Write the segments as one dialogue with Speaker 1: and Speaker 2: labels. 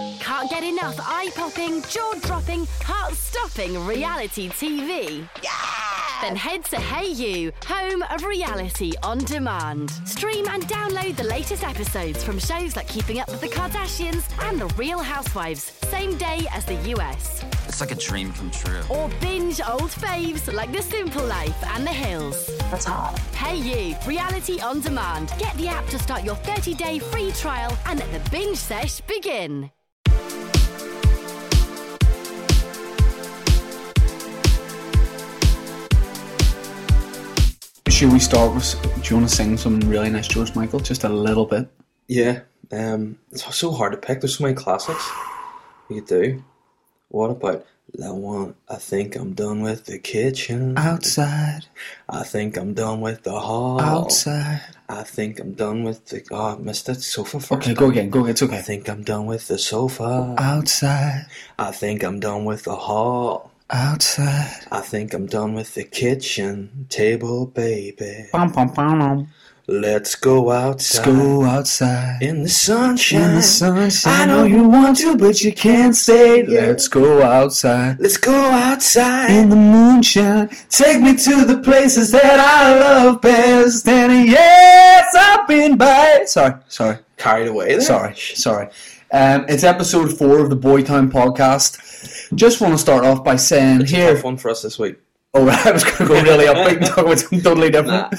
Speaker 1: can't get enough eye popping, jaw dropping, heart stopping reality TV. Then head to Hey You, home of reality on demand. Stream and download the latest episodes from shows like Keeping Up with the Kardashians and The Real Housewives, same day as the US.
Speaker 2: It's like a dream come true.
Speaker 1: Or binge old faves like The Simple Life and The Hills.
Speaker 3: That's hot.
Speaker 1: Hey You, reality on demand. Get the app to start your 30 day free trial and let the binge sesh begin.
Speaker 4: Should we start with? Do you want to sing some really nice George Michael? Just a little bit.
Speaker 5: Yeah, um, it's so hard to pick. There's so many classics you could do. What about that one? I think I'm done with the kitchen.
Speaker 4: Outside,
Speaker 5: I think I'm done with the hall.
Speaker 4: outside.
Speaker 5: I think I'm done with the. Oh, I missed that sofa first.
Speaker 4: Okay, go Uh, again. Go again. It's
Speaker 5: I
Speaker 4: okay.
Speaker 5: think I'm done with the sofa.
Speaker 4: Outside,
Speaker 5: I think I'm done with the hall.
Speaker 4: outside.
Speaker 5: I think I'm done with the kitchen table, baby.
Speaker 4: Bum, bum, bum, bum.
Speaker 5: Let's go outside
Speaker 4: School outside.
Speaker 5: in the sunshine.
Speaker 4: In the sunshine.
Speaker 5: I know you
Speaker 4: want to, but you can't stay. Let's go outside.
Speaker 5: Let's go outside.
Speaker 4: In the moonshine, take me to the places that I love best. And yes, I've been by. Sorry, sorry.
Speaker 5: Carried away. There.
Speaker 4: Sorry, sorry. Um, it's episode four of the Boytown podcast. Just want to start off by saying
Speaker 5: Tough
Speaker 4: here.
Speaker 5: one for us this week.
Speaker 4: Oh, right, I was going to go really upbeat and talk about something totally different.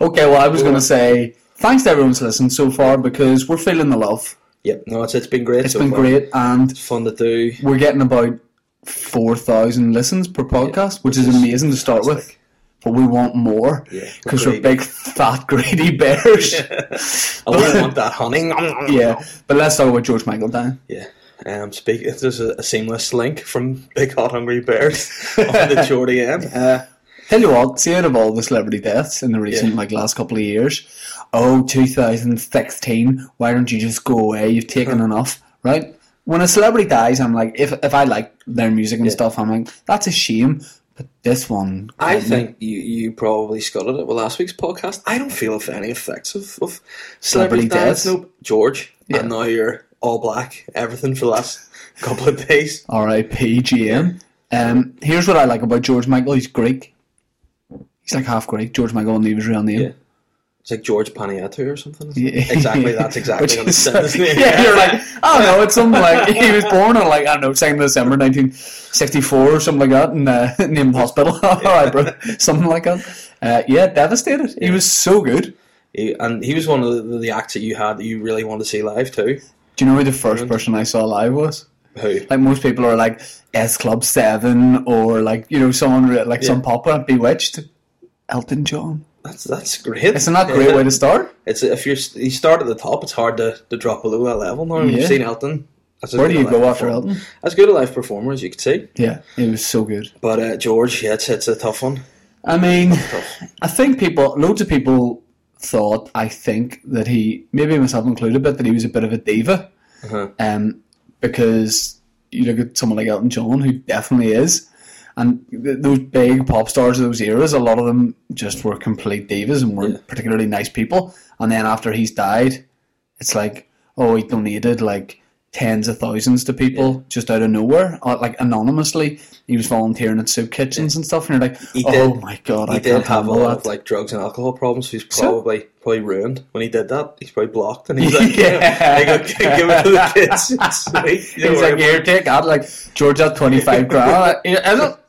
Speaker 4: Okay, well, I was going to say thanks to everyone's listened so far because we're feeling the love.
Speaker 5: Yep. No, it's it's been great.
Speaker 4: It's
Speaker 5: so
Speaker 4: been
Speaker 5: far.
Speaker 4: great, and
Speaker 5: Fun to do.
Speaker 4: we're getting about four thousand listens per podcast, which is amazing to start with. But we want more
Speaker 5: Yeah, we're
Speaker 4: because we're
Speaker 5: greedy.
Speaker 4: big, fat, greedy bears.
Speaker 5: I wouldn't want that, honey.
Speaker 4: yeah, but let's talk about George Michael, Dan.
Speaker 5: Yeah. Um, speak. There's a, a seamless link from Big Hot Hungry Bears on the Geordie end. Uh,
Speaker 4: Tell you what, seeing of all the celebrity deaths in the recent
Speaker 5: Yeah.
Speaker 4: like last couple of years, oh 2016, why don't you just go away? You've taken enough, right? When a celebrity dies, I'm like, if if I like their music and stuff, I'm like, that's a shame. But this one,
Speaker 5: I
Speaker 4: um,
Speaker 5: think you, you probably scuttled it with last week's podcast. I don't feel if any effects of, of
Speaker 4: Celebrity
Speaker 5: celebrity
Speaker 4: deaths?
Speaker 5: deaths. Nope. George,
Speaker 4: Yeah.
Speaker 5: and now you're all black, everything for the last couple of days.
Speaker 4: R.I.P. GM. Um, here's what I like about George Michael. He's Greek. He's like half Greek. George Michael knew his real name.
Speaker 5: It's like George Paniatu or something. isn't it?
Speaker 4: Yeah.
Speaker 5: Exactly, that's exactly
Speaker 4: Which
Speaker 5: what it's
Speaker 4: is-
Speaker 5: said, isn't it?
Speaker 4: yeah, you're like, oh no, it's something like he was born on like I don't know, second of December, nineteen sixty-four or something like that, and uh, named hospital. All right, bro, something like that. Uh, yeah, devastated. He was so good.
Speaker 5: He- and he was one of the, the acts that you had that you really wanted to see live too.
Speaker 4: Do you know who the first person I saw live was?
Speaker 5: Who?
Speaker 4: Like most people are like S Club Seven or like you know someone re- like some
Speaker 5: Yeah.
Speaker 4: popper Bewitched, Elton John.
Speaker 5: That's that's great.
Speaker 4: Isn't that a great way to start?
Speaker 5: It's if you're you start at the top, it's hard to, to drop below that level. Now
Speaker 4: Yeah.
Speaker 5: you've seen Elton. That's as
Speaker 4: Where
Speaker 5: good
Speaker 4: do
Speaker 5: a
Speaker 4: you go
Speaker 5: live
Speaker 4: after
Speaker 5: performer-
Speaker 4: Elton?
Speaker 5: As good a live performer as you could see.
Speaker 4: Yeah, it was so good.
Speaker 5: But uh, George, yeah, it's, it's a tough one.
Speaker 4: I mean, I think people, loads of people thought, I think, that he, maybe myself included, but that he was a bit of a diva.
Speaker 5: Uh-huh.
Speaker 4: Um, because you look at someone like Elton John, who definitely is, and th- those big pop stars of those eras, a lot of them just were complete divas and weren't particularly nice people. And then after he's died, it's like, oh, he donated like tens of thousands to people just out of nowhere, uh, like anonymously. He was volunteering at soup kitchens and stuff, and you're like,
Speaker 5: He
Speaker 4: oh
Speaker 5: did-
Speaker 4: my god,
Speaker 5: He
Speaker 4: I
Speaker 5: did
Speaker 4: can't
Speaker 5: have a
Speaker 4: handle
Speaker 5: lot of
Speaker 4: that.
Speaker 5: like drugs and alcohol problems. So he's
Speaker 4: So?
Speaker 5: probably probably ruined when he did that. He's probably blocked and he's like,
Speaker 4: Yeah.
Speaker 5: yeah, go, give it to the kids. It's sweet. You
Speaker 4: He's
Speaker 5: know,
Speaker 4: like, here, take that. Like, George had 25 grand. I I don't,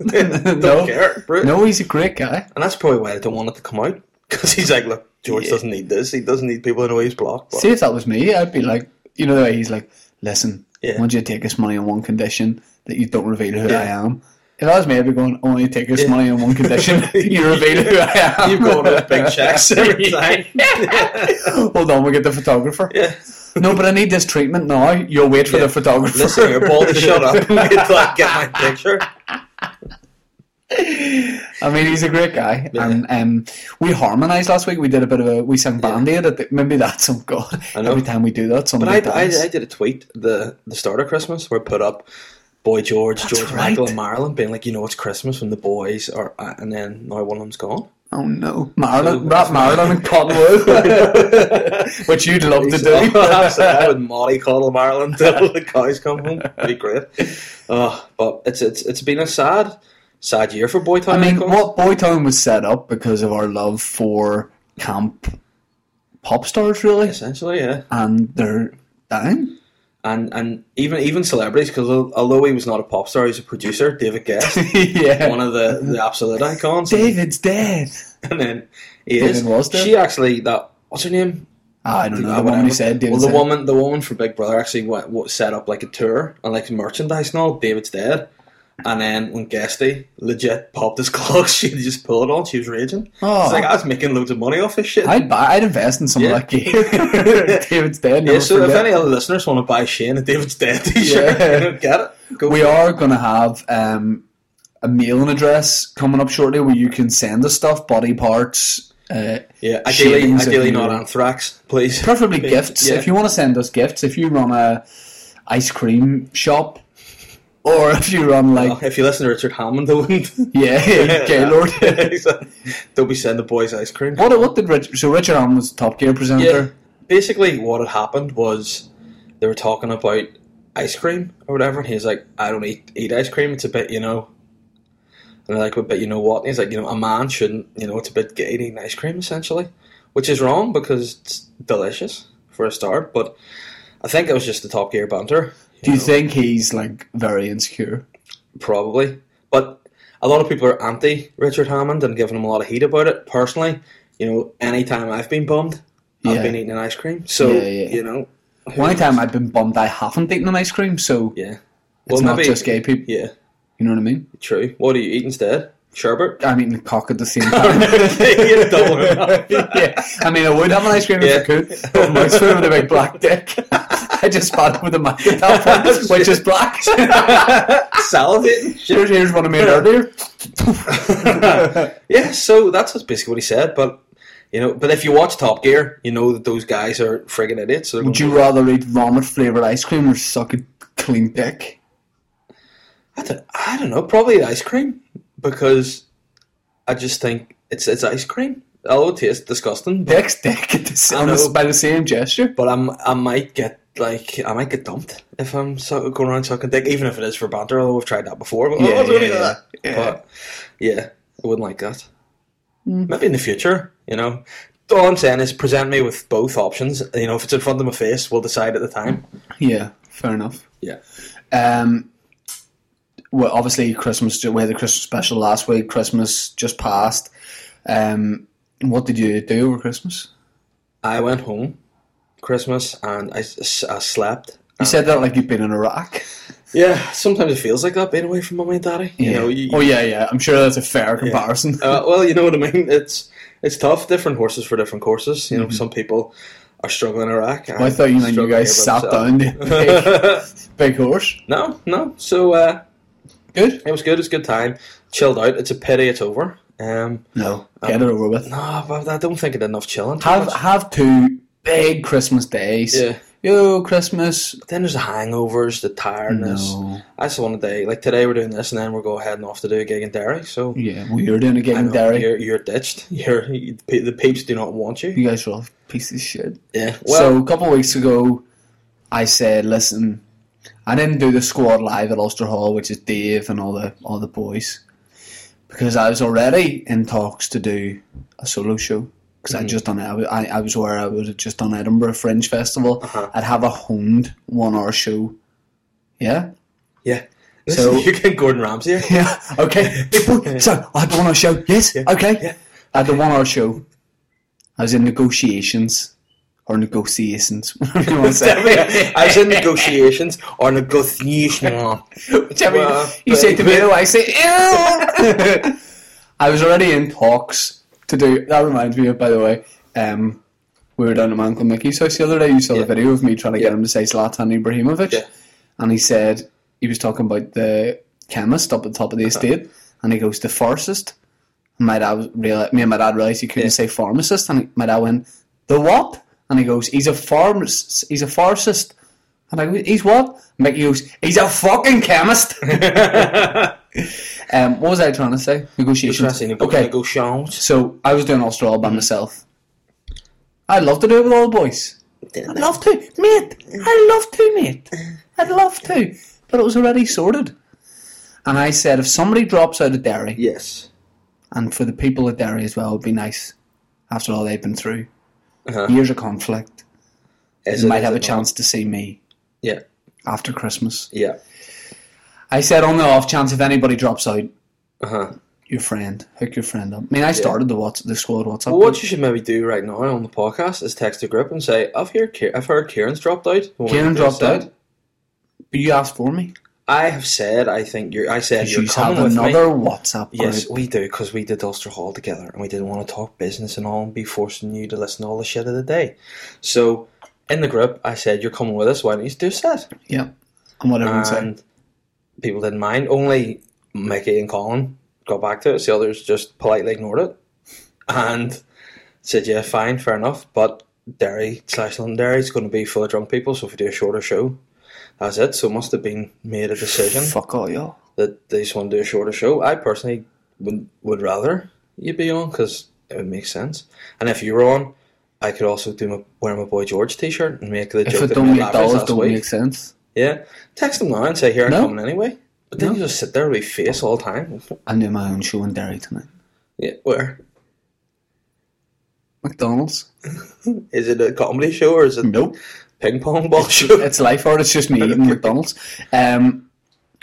Speaker 5: Don't
Speaker 4: no.
Speaker 5: care, bro.
Speaker 4: No, he's a great guy.
Speaker 5: and that's probably why I don't want it to come out because he's like, look, George doesn't need this. He doesn't need people to know he's blocked. But
Speaker 4: See, if that was me, I'd be like, you know, the way he's like, listen,
Speaker 5: Yeah.
Speaker 4: I want you to take this money on one condition that you don't reveal who
Speaker 5: Yeah.
Speaker 4: I am. If that was me, I'd be going, I want you to take this money on one condition you reveal who I am.
Speaker 5: you've got those big checks every time.
Speaker 4: Hold on, we'll get the photographer.
Speaker 5: Yeah.
Speaker 4: No, but I need this treatment now. You'll wait for the photographer.
Speaker 5: Listen here, Baldy, shut up and get, like, get my picture.
Speaker 4: I mean, he's a great guy,
Speaker 5: Yeah.
Speaker 4: and um, we harmonised last week. We did a bit of a we sang Band Aid. at the- Maybe that's oh god.
Speaker 5: I know.
Speaker 4: Every time we do that, somebody
Speaker 5: But I, I,
Speaker 4: dies.
Speaker 5: I did a tweet the the start of Christmas where I put up Boy George, George
Speaker 4: right.
Speaker 5: Michael, and Marilyn being like, you know, it's Christmas when the boys are, uh, and then now one of them's gone.
Speaker 4: Oh no, Marilyn, rap Marilyn and Cottonwood, which you'd love to do.
Speaker 5: Oh, I would molly coddle Marilyn till the cows come home. It'd be great. Uh, but it's it's it's been a sad, sad year for Boytown.
Speaker 4: I mean,
Speaker 5: Records.
Speaker 4: what Boytown was set up because of our love for camp pop stars, really,
Speaker 5: essentially, yeah.
Speaker 4: and they're down.
Speaker 5: And and even even celebrities, because although he was not a pop star, he's a producer. David Guest,
Speaker 4: yeah,
Speaker 5: one of the, the absolute icons.
Speaker 4: David's dead.
Speaker 5: and then he
Speaker 4: David
Speaker 5: is.
Speaker 4: was there?
Speaker 5: She actually that what's her name?
Speaker 4: Ah,
Speaker 5: Uh,
Speaker 4: I don't know. The
Speaker 5: Whatever.
Speaker 4: woman who said David.
Speaker 5: well, the
Speaker 4: said-
Speaker 5: woman, the woman for Big Brother actually went, what, set up like a tour and like merchandise and all. David's dead, and then when Guesty legit popped his clothes, she just pulled it on. She was raging.
Speaker 4: Oh.
Speaker 5: It's like I was making loads of money off this shit.
Speaker 4: I'd buy. I'd invest in some
Speaker 5: Yeah.
Speaker 4: of that gear. David's dead.
Speaker 5: yeah,
Speaker 4: never
Speaker 5: so if
Speaker 4: forget.
Speaker 5: any other listeners want to buy Shane a David's dead T-shirt,
Speaker 4: Yeah.
Speaker 5: you know, get it. Go
Speaker 4: we
Speaker 5: for it.
Speaker 4: are going to have um, a mailing address coming up shortly where you can send us stuff, body parts, uh,
Speaker 5: Yeah, ideally,
Speaker 4: Shane's if
Speaker 5: ideally
Speaker 4: you-
Speaker 5: not anthrax, please.
Speaker 4: preferably
Speaker 5: Big-
Speaker 4: gifts.
Speaker 5: yeah.
Speaker 4: If you want to send us gifts, if you run a ice cream shop, or if you run like
Speaker 5: Well, if you listen to Richard Hammond, they wouldn't.
Speaker 4: yeah, Gaylord.
Speaker 5: Don't be sending the boys ice cream.
Speaker 4: what what did Richard? So Richard Allen was Top Gear
Speaker 5: Yeah.
Speaker 4: presenter.
Speaker 5: Basically, what had happened was they were talking about ice cream or whatever, and he's like, "I don't eat eat ice cream. It's a bit, you know." And they're like, "But but you know what?" And he's like, "You know, a man shouldn't. You know, it's a bit gay to eat ice cream, essentially, which is wrong because it's delicious for a start." But I think it was just the Top Gear banter.
Speaker 4: Do you
Speaker 5: know,
Speaker 4: think he's like very insecure?
Speaker 5: probably? But a lot of people are anti Richard Hammond and giving him a lot of heat about it. Personally, you know, anytime I've been bummed,
Speaker 4: Yeah.
Speaker 5: I've been eating an ice cream. So
Speaker 4: Yeah, yeah.
Speaker 5: you know,
Speaker 4: One time I've been bummed I haven't eaten an ice cream, so
Speaker 5: Yeah.
Speaker 4: it's not just gay people.
Speaker 5: Yeah,
Speaker 4: You know what I mean?
Speaker 5: true. What do you eat instead? Sherbet?
Speaker 4: I'm eating a cock at the same time.
Speaker 5: You're doubling up.
Speaker 4: yeah, I mean, I would have an ice cream if I
Speaker 5: Yeah.
Speaker 4: could, but my spoon with a big black dick. I just spat it with a mic at that point, which is black.
Speaker 5: Salivating. Shit.
Speaker 4: here's, here's one I made earlier.
Speaker 5: yeah, so that's what's basically what he said. But you know, but if you watch Top Gear, you know that those guys are friggin' idiots. So
Speaker 4: Would you rather eat vomit flavored ice cream or suck a clean dick?
Speaker 5: I don't, I don't know. Probably ice cream because I just think it's it's ice cream. Although it tastes disgusting, but,
Speaker 4: Dick's dick at the, s- on the s-
Speaker 5: know.
Speaker 4: by the same gesture.
Speaker 5: but I'm I might get like I might get dumped if I'm so, going around sucking dick, even if it is for banter. Although I've tried that before. But,
Speaker 4: Yeah,
Speaker 5: oh,
Speaker 4: yeah,
Speaker 5: yeah,
Speaker 4: yeah.
Speaker 5: But yeah, I wouldn't like that. Maybe in the future, you know. All I'm saying is present me with both options. You know, if it's in front of my face, we'll decide at the time.
Speaker 4: Yeah, fair enough.
Speaker 5: Yeah.
Speaker 4: Um, well, obviously, Christmas. We had the Christmas special last week. Christmas just passed. Um, what did you do over Christmas?
Speaker 5: I went home Christmas and I, s- I slept.
Speaker 4: You said that like you've been in Iraq.
Speaker 5: Yeah, sometimes it feels like that being away from mummy and daddy. You know, you,
Speaker 4: oh yeah, yeah. I'm sure that's a fair comparison.
Speaker 5: uh, well, you know what I mean. It's it's tough. Different horses for different courses. You know, some people are struggling in Iraq.
Speaker 4: Mm-hmm. I thought you meant you guys sat down the big, big horse.
Speaker 5: uh, No, no. So uh,
Speaker 4: Good.
Speaker 5: it was good. It's a good time. Chilled out. It's a pity it's over. Um,
Speaker 4: No, get it over with.
Speaker 5: no, but I don't think it did enough chilling. too
Speaker 4: Have
Speaker 5: much.
Speaker 4: have two big Christmas days.
Speaker 5: Yeah.
Speaker 4: Yo, Christmas.
Speaker 5: then there's the hangovers, the tiredness.
Speaker 4: No.
Speaker 5: I just want a day like today. We're doing this, and then we're going heading off to do a gig in Derry. So
Speaker 4: Yeah, well, you're doing a
Speaker 5: I
Speaker 4: game,
Speaker 5: know,
Speaker 4: Derry.
Speaker 5: you're, you're ditched. You're you, the peeps do not want you.
Speaker 4: You guys are all pieces of shit.
Speaker 5: Yeah.
Speaker 4: Mm. so
Speaker 5: Well,
Speaker 4: a couple of weeks ago, I said, "Listen, I didn't do the squad live at Ulster Hall, which is Dave and all the all the boys, because I was already in talks to do a solo show. Because
Speaker 5: Mm-hmm.
Speaker 4: I just done it. I, wa- I, I was where I was just done Edinburgh Fringe Festival.
Speaker 5: Uh-huh.
Speaker 4: I'd have a honed one hour show. Yeah,
Speaker 5: yeah.
Speaker 4: so-
Speaker 5: So you get Gordon Ramsay. here.
Speaker 4: yeah, okay. so I had the one hour show. Yes, okay.
Speaker 5: yeah.
Speaker 4: I had the one hour show. I was in negotiations or negotiations, whatever you want to say.
Speaker 5: I was in negotiations or negotiation.
Speaker 4: Jimmy,
Speaker 5: Well,
Speaker 4: you say
Speaker 5: but-
Speaker 4: tomato, I say ew. I was already in talks to do. That reminds me of, by the way, um, we were down at my uncle Mickey's house the other day. You saw
Speaker 5: Yeah.
Speaker 4: the video of me trying to get
Speaker 5: Yeah.
Speaker 4: him to say Zlatan Ibrahimovic,
Speaker 5: Yeah.
Speaker 4: and he said he was talking about the chemist up at the top of the estate, and he goes the pharmacist. And My dad was reali- me and my dad realized he couldn't
Speaker 5: Yeah.
Speaker 4: say pharmacist, and my dad went the what? And he goes, he's a pharmacist. He's a pharmacist. And I go, he's what? Mickey goes, he's a fucking chemist. um, what was I trying to say? Negotiations.
Speaker 5: Interesting.
Speaker 4: Okay,
Speaker 5: Okay. Go shout.
Speaker 4: so I was doing Ulster all by myself. I'd love to do it with all the boys. I'd love to, mate. I'd love to, mate. I'd love to. But it was already sorted. And I said, if somebody drops out of Derry,
Speaker 5: Yes.
Speaker 4: and for the people at Derry as well, it'd be nice after all they've been through.
Speaker 5: Uh-huh.
Speaker 4: Years of conflict.
Speaker 5: Is
Speaker 4: They
Speaker 5: it-
Speaker 4: might
Speaker 5: is
Speaker 4: have
Speaker 5: it
Speaker 4: a
Speaker 5: not?
Speaker 4: chance to see me
Speaker 5: Yeah.
Speaker 4: after Christmas.
Speaker 5: Yeah.
Speaker 4: I said, on the off chance, if anybody drops out,
Speaker 5: Uh huh.
Speaker 4: your friend, hook your friend up. I mean, I started the what the squad WhatsApp.
Speaker 5: Well, what
Speaker 4: group.
Speaker 5: you should maybe do right now on the podcast is text a group and say, "I've heard, Kier- I've heard Kieran's dropped out." What
Speaker 4: Kieran
Speaker 5: do you
Speaker 4: dropped
Speaker 5: think?
Speaker 4: out, but you asked for me.
Speaker 5: I have said, I think you're. I said
Speaker 4: You
Speaker 5: you're
Speaker 4: have
Speaker 5: coming with me.
Speaker 4: another WhatsApp group.
Speaker 5: Yes, we do because we did Ulster Hall together, and we didn't want to talk business and all, and be forcing you to listen to all the shit of the day. So, in the group, I said, "You're coming with us. Why don't you do set?"
Speaker 4: Yep. And what everyone said.
Speaker 5: And people didn't mind. Only Mickey and Colin got back to it. The others just politely ignored it and said, "Yeah, fine, fair enough." But Derry slash Londonderry is going to be full of drunk people, so if we do a shorter show, that's it. So it must have been made a decision
Speaker 4: Fuck all y'all.
Speaker 5: that they just want to do a shorter show. I personally would would rather you be on because it would make sense. And if you were on, I could also do my wear my boy George T-shirt and make the
Speaker 4: If
Speaker 5: joke
Speaker 4: it
Speaker 5: that
Speaker 4: don't
Speaker 5: made
Speaker 4: make
Speaker 5: Lavery's
Speaker 4: dollars,
Speaker 5: last
Speaker 4: don't
Speaker 5: week.
Speaker 4: make sense.
Speaker 5: Yeah, text them now and say, "Here I'm
Speaker 4: No.
Speaker 5: coming anyway." But then
Speaker 4: No.
Speaker 5: you just sit there with your face all the time.
Speaker 4: I'm doing my own show in Derry tonight.
Speaker 5: Yeah, where
Speaker 4: McDonald's?
Speaker 5: is it a comedy show or is it
Speaker 4: Nope.
Speaker 5: ping pong ball show?
Speaker 4: It's life or it's just me eating McDonald's. Um,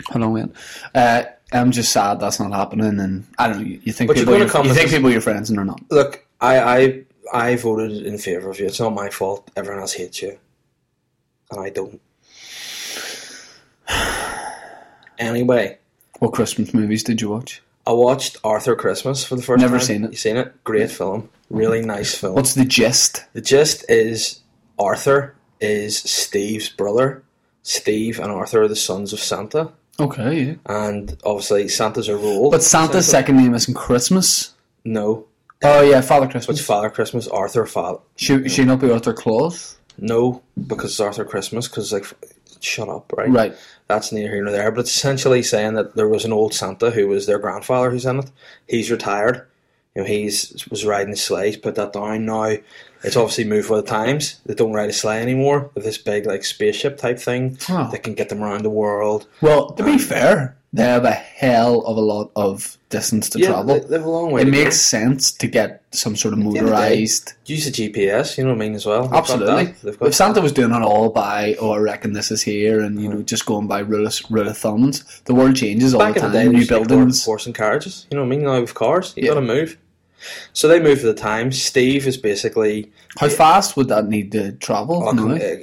Speaker 4: how long went? Uh, I'm just sad that's not happening. And I don't know. You, you think
Speaker 5: But you're
Speaker 4: people
Speaker 5: gonna
Speaker 4: your-
Speaker 5: come
Speaker 4: you
Speaker 5: with
Speaker 4: think
Speaker 5: us-
Speaker 4: people are your friends and they're not.
Speaker 5: Look, I I I voted in favour of you. It's not my fault. Everyone else hates you, and I don't. Anyway,
Speaker 4: What Christmas movies did you watch?
Speaker 5: I watched Arthur Christmas for the first
Speaker 4: Never
Speaker 5: time.
Speaker 4: seen it.
Speaker 5: You seen it? Great film. Really nice film.
Speaker 4: What's the gist?
Speaker 5: The gist is Arthur is Steve's brother. Steve and Arthur are the sons of Santa.
Speaker 4: Okay, yeah.
Speaker 5: and obviously Santa's a role.
Speaker 4: But Santa's second name isn't Christmas.
Speaker 5: no,
Speaker 4: Oh yeah, Father
Speaker 5: it's
Speaker 4: Christmas.
Speaker 5: Father Christmas, Arthur Father.
Speaker 4: Should should not be Arthur Claus?
Speaker 5: No, because it's Arthur Christmas. Because like, shut up, right?
Speaker 4: Right.
Speaker 5: That's neither here nor there. But it's essentially saying that there was an old Santa who was their grandfather who's in it. He's retired. You know, he's was riding a sleigh. He's put that down. Now it's obviously moved with the times. They don't ride a sleigh anymore. With this big like spaceship type thing
Speaker 4: Oh.
Speaker 5: that can get them around the world.
Speaker 4: Well, to be fair, they have a hell of a lot of distance to
Speaker 5: Yeah,
Speaker 4: travel.
Speaker 5: they, they have a long way.
Speaker 4: it
Speaker 5: to go.
Speaker 4: makes sense to get some sort of
Speaker 5: the day,
Speaker 4: motorized.
Speaker 5: use the GPS. You know what I mean as well. They've got
Speaker 4: Absolutely.
Speaker 5: that. They've got
Speaker 4: If Santa was doing it all by, oh, I reckon this is here, and you know, just going by rule of, rule of thumbs, the world changes all
Speaker 5: back
Speaker 4: the
Speaker 5: in the
Speaker 4: time.
Speaker 5: day,
Speaker 4: New
Speaker 5: new buildings,
Speaker 4: buildings.
Speaker 5: horse and carriages. You know what I mean? Now with cars, you
Speaker 4: Yeah.
Speaker 5: got to move. So they move for the time. Steve is basically
Speaker 4: How fast would that need to travel? No.
Speaker 5: uh,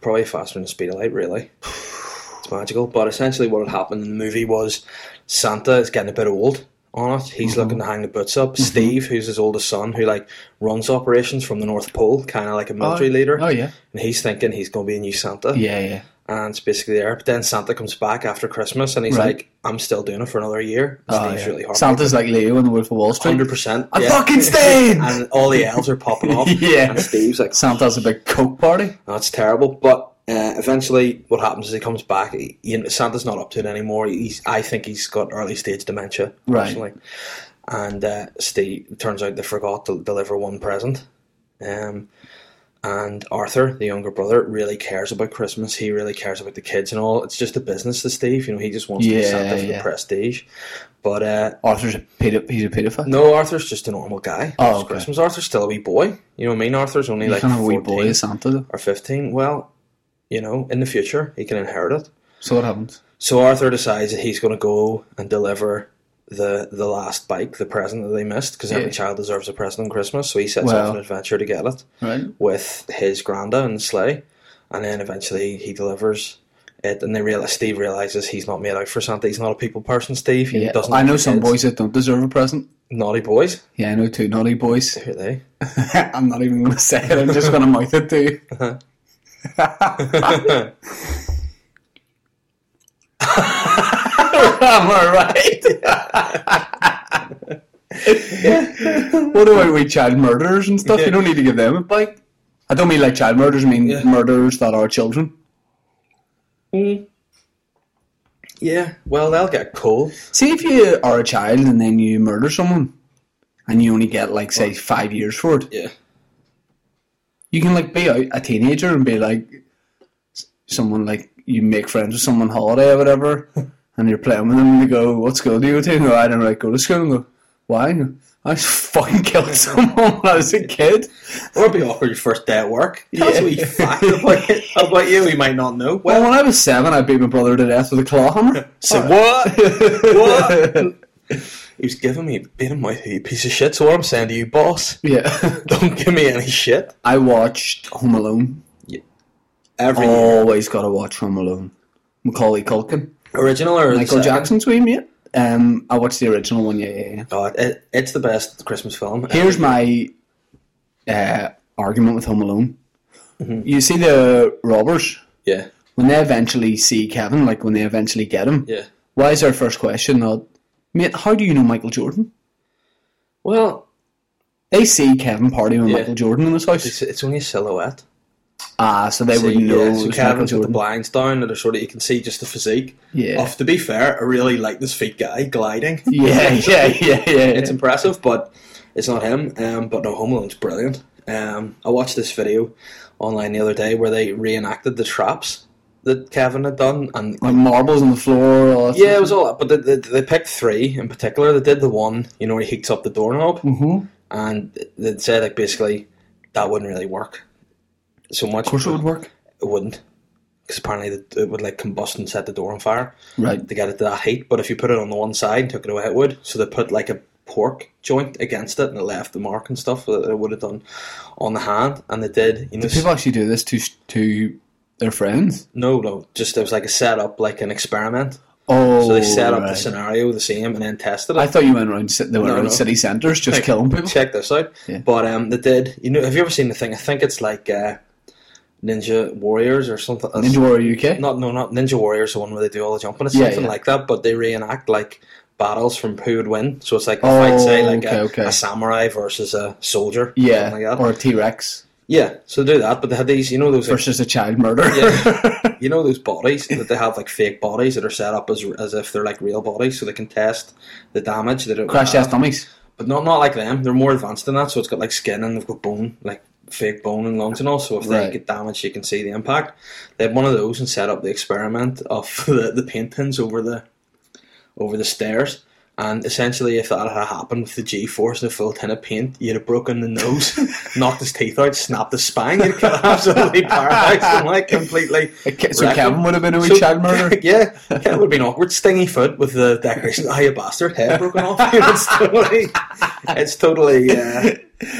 Speaker 5: probably faster than the speed of light. Really, it's magical. But essentially, what had happened in the movie was Santa is getting a bit old on it. He's
Speaker 4: Mm-hmm.
Speaker 5: looking to hang the boots up. Steve, who's his oldest son, who like runs operations from the North Pole, kind of like a military leader,
Speaker 4: Oh yeah,
Speaker 5: and he's thinking he's going to be a new Santa.
Speaker 4: yeah, yeah.
Speaker 5: and it's basically there. But then Santa comes back after Christmas, and he's
Speaker 4: Right.
Speaker 5: like, "I'm still doing it for another year." And
Speaker 4: Oh,
Speaker 5: Steve's
Speaker 4: yeah.
Speaker 5: really hard.
Speaker 4: Santa's like Leo in the Wolf of Wall Street.
Speaker 5: Hundred percent.
Speaker 4: I'm fucking staying.
Speaker 5: and all the elves are popping off.
Speaker 4: Yeah.
Speaker 5: And Steve's like,
Speaker 4: Santa's a big coke party.
Speaker 5: "That's terrible." But uh, eventually, what happens is he comes back. He, you know, Santa's not up to it anymore. He's, I think, he's got early stage dementia.
Speaker 4: Right.
Speaker 5: personally. And uh, Steve turns out they forgot to deliver one present. Um, and Arthur, the younger brother, really cares about Christmas. He really cares about the kids and all. It's just a business to Steve. You know, he just wants to be
Speaker 4: Yeah,
Speaker 5: Santa for
Speaker 4: yeah.
Speaker 5: the prestige. But uh,
Speaker 4: Arthur's a pedo- he's a pedophile.
Speaker 5: no, Arthur's just a normal guy.
Speaker 4: Oh,
Speaker 5: It's
Speaker 4: okay.
Speaker 5: Christmas. Arthur's still a wee boy. You know what I mean? Arthur's only
Speaker 4: He's
Speaker 5: like
Speaker 4: kind of a wee
Speaker 5: 14
Speaker 4: boy, is Santa. Though.
Speaker 5: or 15. Well, you know, in the future, he can inherit it.
Speaker 4: So what happens?
Speaker 5: So Arthur decides that he's going to go and deliver the the last bike, the present that they missed, because every
Speaker 4: Yeah.
Speaker 5: child deserves a present on Christmas. So he sets
Speaker 4: Well.
Speaker 5: off an adventure to get it
Speaker 4: Right.
Speaker 5: with his granda in the sleigh, and then eventually he delivers it. And they realize Steve realizes he's not made out for Santa. He's not a people person. Steve. He
Speaker 4: Yeah.
Speaker 5: doesn't.
Speaker 4: I know
Speaker 5: like
Speaker 4: some
Speaker 5: kids.
Speaker 4: boys that don't deserve a present.
Speaker 5: Naughty boys.
Speaker 4: Yeah, I know two naughty boys.
Speaker 5: Who are they?
Speaker 4: I'm not even going to say it. I'm just going to mouth it to you. Am I right? what about we child murderers and stuff? You don't need to give them a bike. I don't mean like child murderers. I mean
Speaker 5: Yeah.
Speaker 4: murderers that are children. Mm.
Speaker 5: Yeah, well, they'll get cold.
Speaker 4: See, if you are a child and then you murder someone, and you only get like say five years for it,
Speaker 5: Yeah.
Speaker 4: you can like be out a teenager and be like s- someone like you make friends with someone holiday or whatever, and you're playing with them and they go, "What school do you go to?" And you go, I don't like go to school. And go, why? And you go, I just fucking killed someone when I was a kid.
Speaker 5: Or it'd be awkward your first day at work. That's
Speaker 4: Yeah.
Speaker 5: a wee fact about, it, about you we might not know.
Speaker 4: Well,
Speaker 5: Well,
Speaker 4: when I was seven, I beat my brother to death with a claw hammer.
Speaker 5: so what? what? He was giving me beating my you piece of shit. So what I'm saying to you, boss,
Speaker 4: yeah,
Speaker 5: don't give me any shit.
Speaker 4: I watched Home Alone.
Speaker 5: Every year.
Speaker 4: Always got to watch Home Alone. Macaulay Culkin.
Speaker 5: original or the
Speaker 4: Michael
Speaker 5: second?
Speaker 4: Jackson's wee mate. Um, I watched the original one. Yeah, yeah, yeah.
Speaker 5: Oh, it, it's the best Christmas film.
Speaker 4: Here's my uh, argument with Home Alone.
Speaker 5: Mm-hmm.
Speaker 4: You see the robbers
Speaker 5: yeah,
Speaker 4: when they eventually see Kevin, like when they eventually get him.
Speaker 5: yeah.
Speaker 4: Why is their first question not, mate? How do you know Michael Jordan?
Speaker 5: Well,
Speaker 4: They see Kevin partying with
Speaker 5: Yeah.
Speaker 4: Michael Jordan in his
Speaker 5: it's,
Speaker 4: house.
Speaker 5: it's only a silhouette.
Speaker 4: Ah, so they wouldn't know
Speaker 5: yeah,
Speaker 4: it
Speaker 5: so
Speaker 4: was Michael
Speaker 5: Kevin's with the
Speaker 4: Jordan.
Speaker 5: blinds down, and sort of you can see just the physique.
Speaker 4: Yeah.
Speaker 5: Off to be fair, I really like this feet guy gliding.
Speaker 4: yeah, yeah, yeah, yeah.
Speaker 5: It's impressive, but it's not him. Um, but no, Home Alone's brilliant. Um, I watched this video online the other day where they reenacted the traps that Kevin had done, and
Speaker 4: like marbles on the floor. All that
Speaker 5: yeah, it was all that. But they, they, they picked three in particular. They did the one, you know, where he heats up the doorknob,
Speaker 4: Mm-hmm. Of
Speaker 5: and they said like basically that wouldn't really work so much. Of
Speaker 4: course, it would work.
Speaker 5: It wouldn't, because apparently it- it would like combust and set the door on fire
Speaker 4: Right.
Speaker 5: to get it to that heat. But if you put it on the one side and took it away, it would. So they put like a pork joint against it and it left the mark and stuff that it would have done on the hand. And they did, you know,
Speaker 4: People actually do this to to their friends.
Speaker 5: no, no, just it was like a setup, like an experiment.
Speaker 4: Oh,
Speaker 5: So they set up the
Speaker 4: right.
Speaker 5: scenario the same and then tested it.
Speaker 4: I thought you went around. ci- They went
Speaker 5: No,
Speaker 4: around
Speaker 5: no.
Speaker 4: city centres just killing people.
Speaker 5: Check this out.
Speaker 4: Yeah.
Speaker 5: But um, they did. You know, have you ever seen the thing? I think it's like uh, Ninja Warriors or something.
Speaker 4: Ninja Warrior UK.
Speaker 5: not no not Ninja Warriors, the one where they do all the jumping. It's
Speaker 4: Yeah,
Speaker 5: something
Speaker 4: yeah.
Speaker 5: like that, but they reenact like battles from who would win. So it's like
Speaker 4: Oh,
Speaker 5: if I'd say like
Speaker 4: okay,
Speaker 5: a,
Speaker 4: okay.
Speaker 5: a samurai versus a soldier.
Speaker 4: yeah,
Speaker 5: something like that.
Speaker 4: or a T Rex
Speaker 5: yeah. So they do that, but they had these, you know those like,
Speaker 4: versus a child murder.
Speaker 5: Yeah. you know those bodies that they have like fake bodies that are set up as as if they're like real bodies, so they can test the damage that it
Speaker 4: Crash
Speaker 5: would
Speaker 4: test
Speaker 5: have.
Speaker 4: dummies.
Speaker 5: But not not like them. They're more advanced than that. So it's got like skin and they've got bone, like fake bone and lungs and all. So if
Speaker 4: Right.
Speaker 5: they get damaged, you can see the impact. They had one of those and set up the experiment of the, the paintings over the over the stairs. And essentially, if that had happened with the G force and a full tin of paint, you'd have broken the nose, knocked his teeth out, snapped his spine, you'd have absolutely paralyzed him, like completely.
Speaker 4: Ke- So
Speaker 5: wrecked him.
Speaker 4: Kevin would have been a wee
Speaker 5: So-
Speaker 4: child murderer.
Speaker 5: yeah, it would have been awkward. Stingy foot with the decoration. Ah, you bastard! Head broken off. it's totally, it's totally, uh,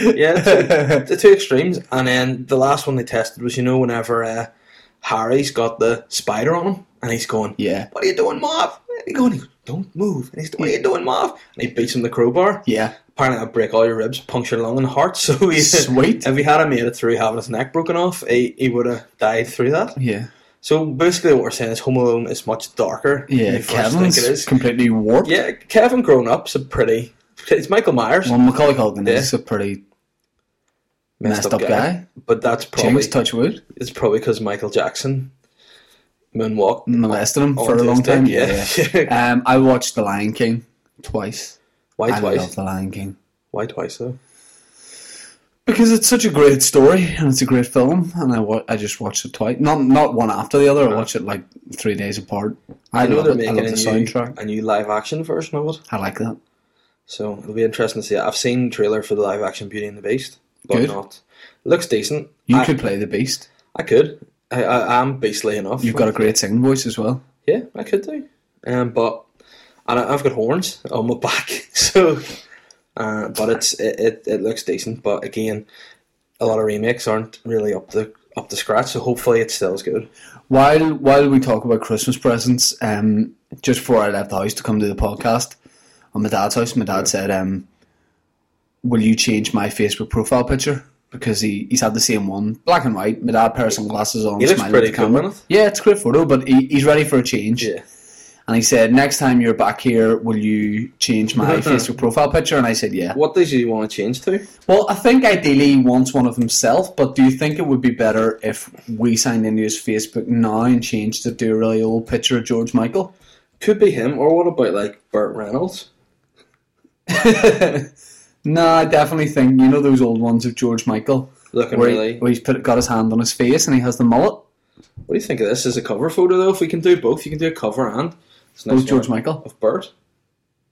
Speaker 5: yeah, the two, the two extremes. And then the last one they tested was, you know, whenever uh, Harry's got the spider on him, and he's going,
Speaker 4: Yeah.
Speaker 5: what are you doing, Marv?" And he going, he goes, "Don't move." And he's, "What are you doing, Marv?" And he beats him the crowbar.
Speaker 4: Yeah.
Speaker 5: Apparently, that break all your ribs, puncture your lung and heart. So he,
Speaker 4: Sweet.
Speaker 5: If he had made it through having his neck broken off, he, he would have died through that.
Speaker 4: Yeah.
Speaker 5: So basically, what we're saying is Home Alone is much darker. than
Speaker 4: Yeah.
Speaker 5: you first think it
Speaker 4: Kevin's
Speaker 5: is.
Speaker 4: completely warped.
Speaker 5: Yeah, Kevin grown up's a pretty. It's Michael Myers,
Speaker 4: Well, Macaulay Culkin is a pretty messed up guy.
Speaker 5: but that's probably
Speaker 4: jinx, touch wood,
Speaker 5: it's probably because Michael Jackson moonwalked.
Speaker 4: molesting him
Speaker 5: Oh,
Speaker 4: for a long
Speaker 5: autistic,
Speaker 4: time.
Speaker 5: yeah.
Speaker 4: Yeah. yeah. um, I watched The Lion King twice.
Speaker 5: Why
Speaker 4: I
Speaker 5: twice?
Speaker 4: love The Lion King.
Speaker 5: Why twice though?
Speaker 4: Because it's such a great story and it's a great film, and I, wa- I just watched it twice. Not not one after the other. I watched it like three days apart. Uh-huh. I,
Speaker 5: I know
Speaker 4: love
Speaker 5: they're
Speaker 4: it. I
Speaker 5: making
Speaker 4: love
Speaker 5: a
Speaker 4: the
Speaker 5: new,
Speaker 4: soundtrack.
Speaker 5: a new live action version of it,
Speaker 4: I like that.
Speaker 5: so it'll be interesting to see. I've seen the trailer for the live action Beauty and the Beast, but
Speaker 4: Good.
Speaker 5: not looks decent.
Speaker 4: You
Speaker 5: I,
Speaker 4: could play the Beast.
Speaker 5: I could. I, I am beastly enough.
Speaker 4: You've got a great singing voice as well.
Speaker 5: Yeah, I could do. Um, but and I, I've got horns on my back, so. Uh, but it's it, it, it looks decent. But again, a lot of remakes aren't really up to up to scratch. So hopefully, it still is good.
Speaker 4: While while we talk about Christmas presents, um, just before I left the house to come to the podcast, on my dad's house, my dad said, um, "Will you change my Facebook profile picture?" Because he, he's had the same one, black and white. My dad pair of sunglasses on,
Speaker 5: He looks
Speaker 4: smiling at
Speaker 5: pretty
Speaker 4: the
Speaker 5: cool,
Speaker 4: camera.
Speaker 5: doesn't
Speaker 4: yeah, it's a great photo, but he, he's ready for a change.
Speaker 5: Yeah,
Speaker 4: And he said, "Next time you're back here, will you change my Facebook profile picture?" And I said, "Yeah."
Speaker 5: What does he want to change to?
Speaker 4: Well, I think ideally he wants one of himself, but do you think it would be better if we signed into his Facebook now and changed it to a really old picture of George Michael?
Speaker 5: Could be him, or what about like Burt Reynolds?
Speaker 4: No, I definitely think you know those old ones of George Michael,
Speaker 5: Looking
Speaker 4: where,
Speaker 5: really.
Speaker 4: he, where he's put got his hand on his face and he has the mullet.
Speaker 5: What do you think of this as a cover photo though? If we can do both, you can do a cover and it's a
Speaker 4: Oh,
Speaker 5: nice
Speaker 4: George
Speaker 5: one
Speaker 4: Michael.
Speaker 5: of Bert.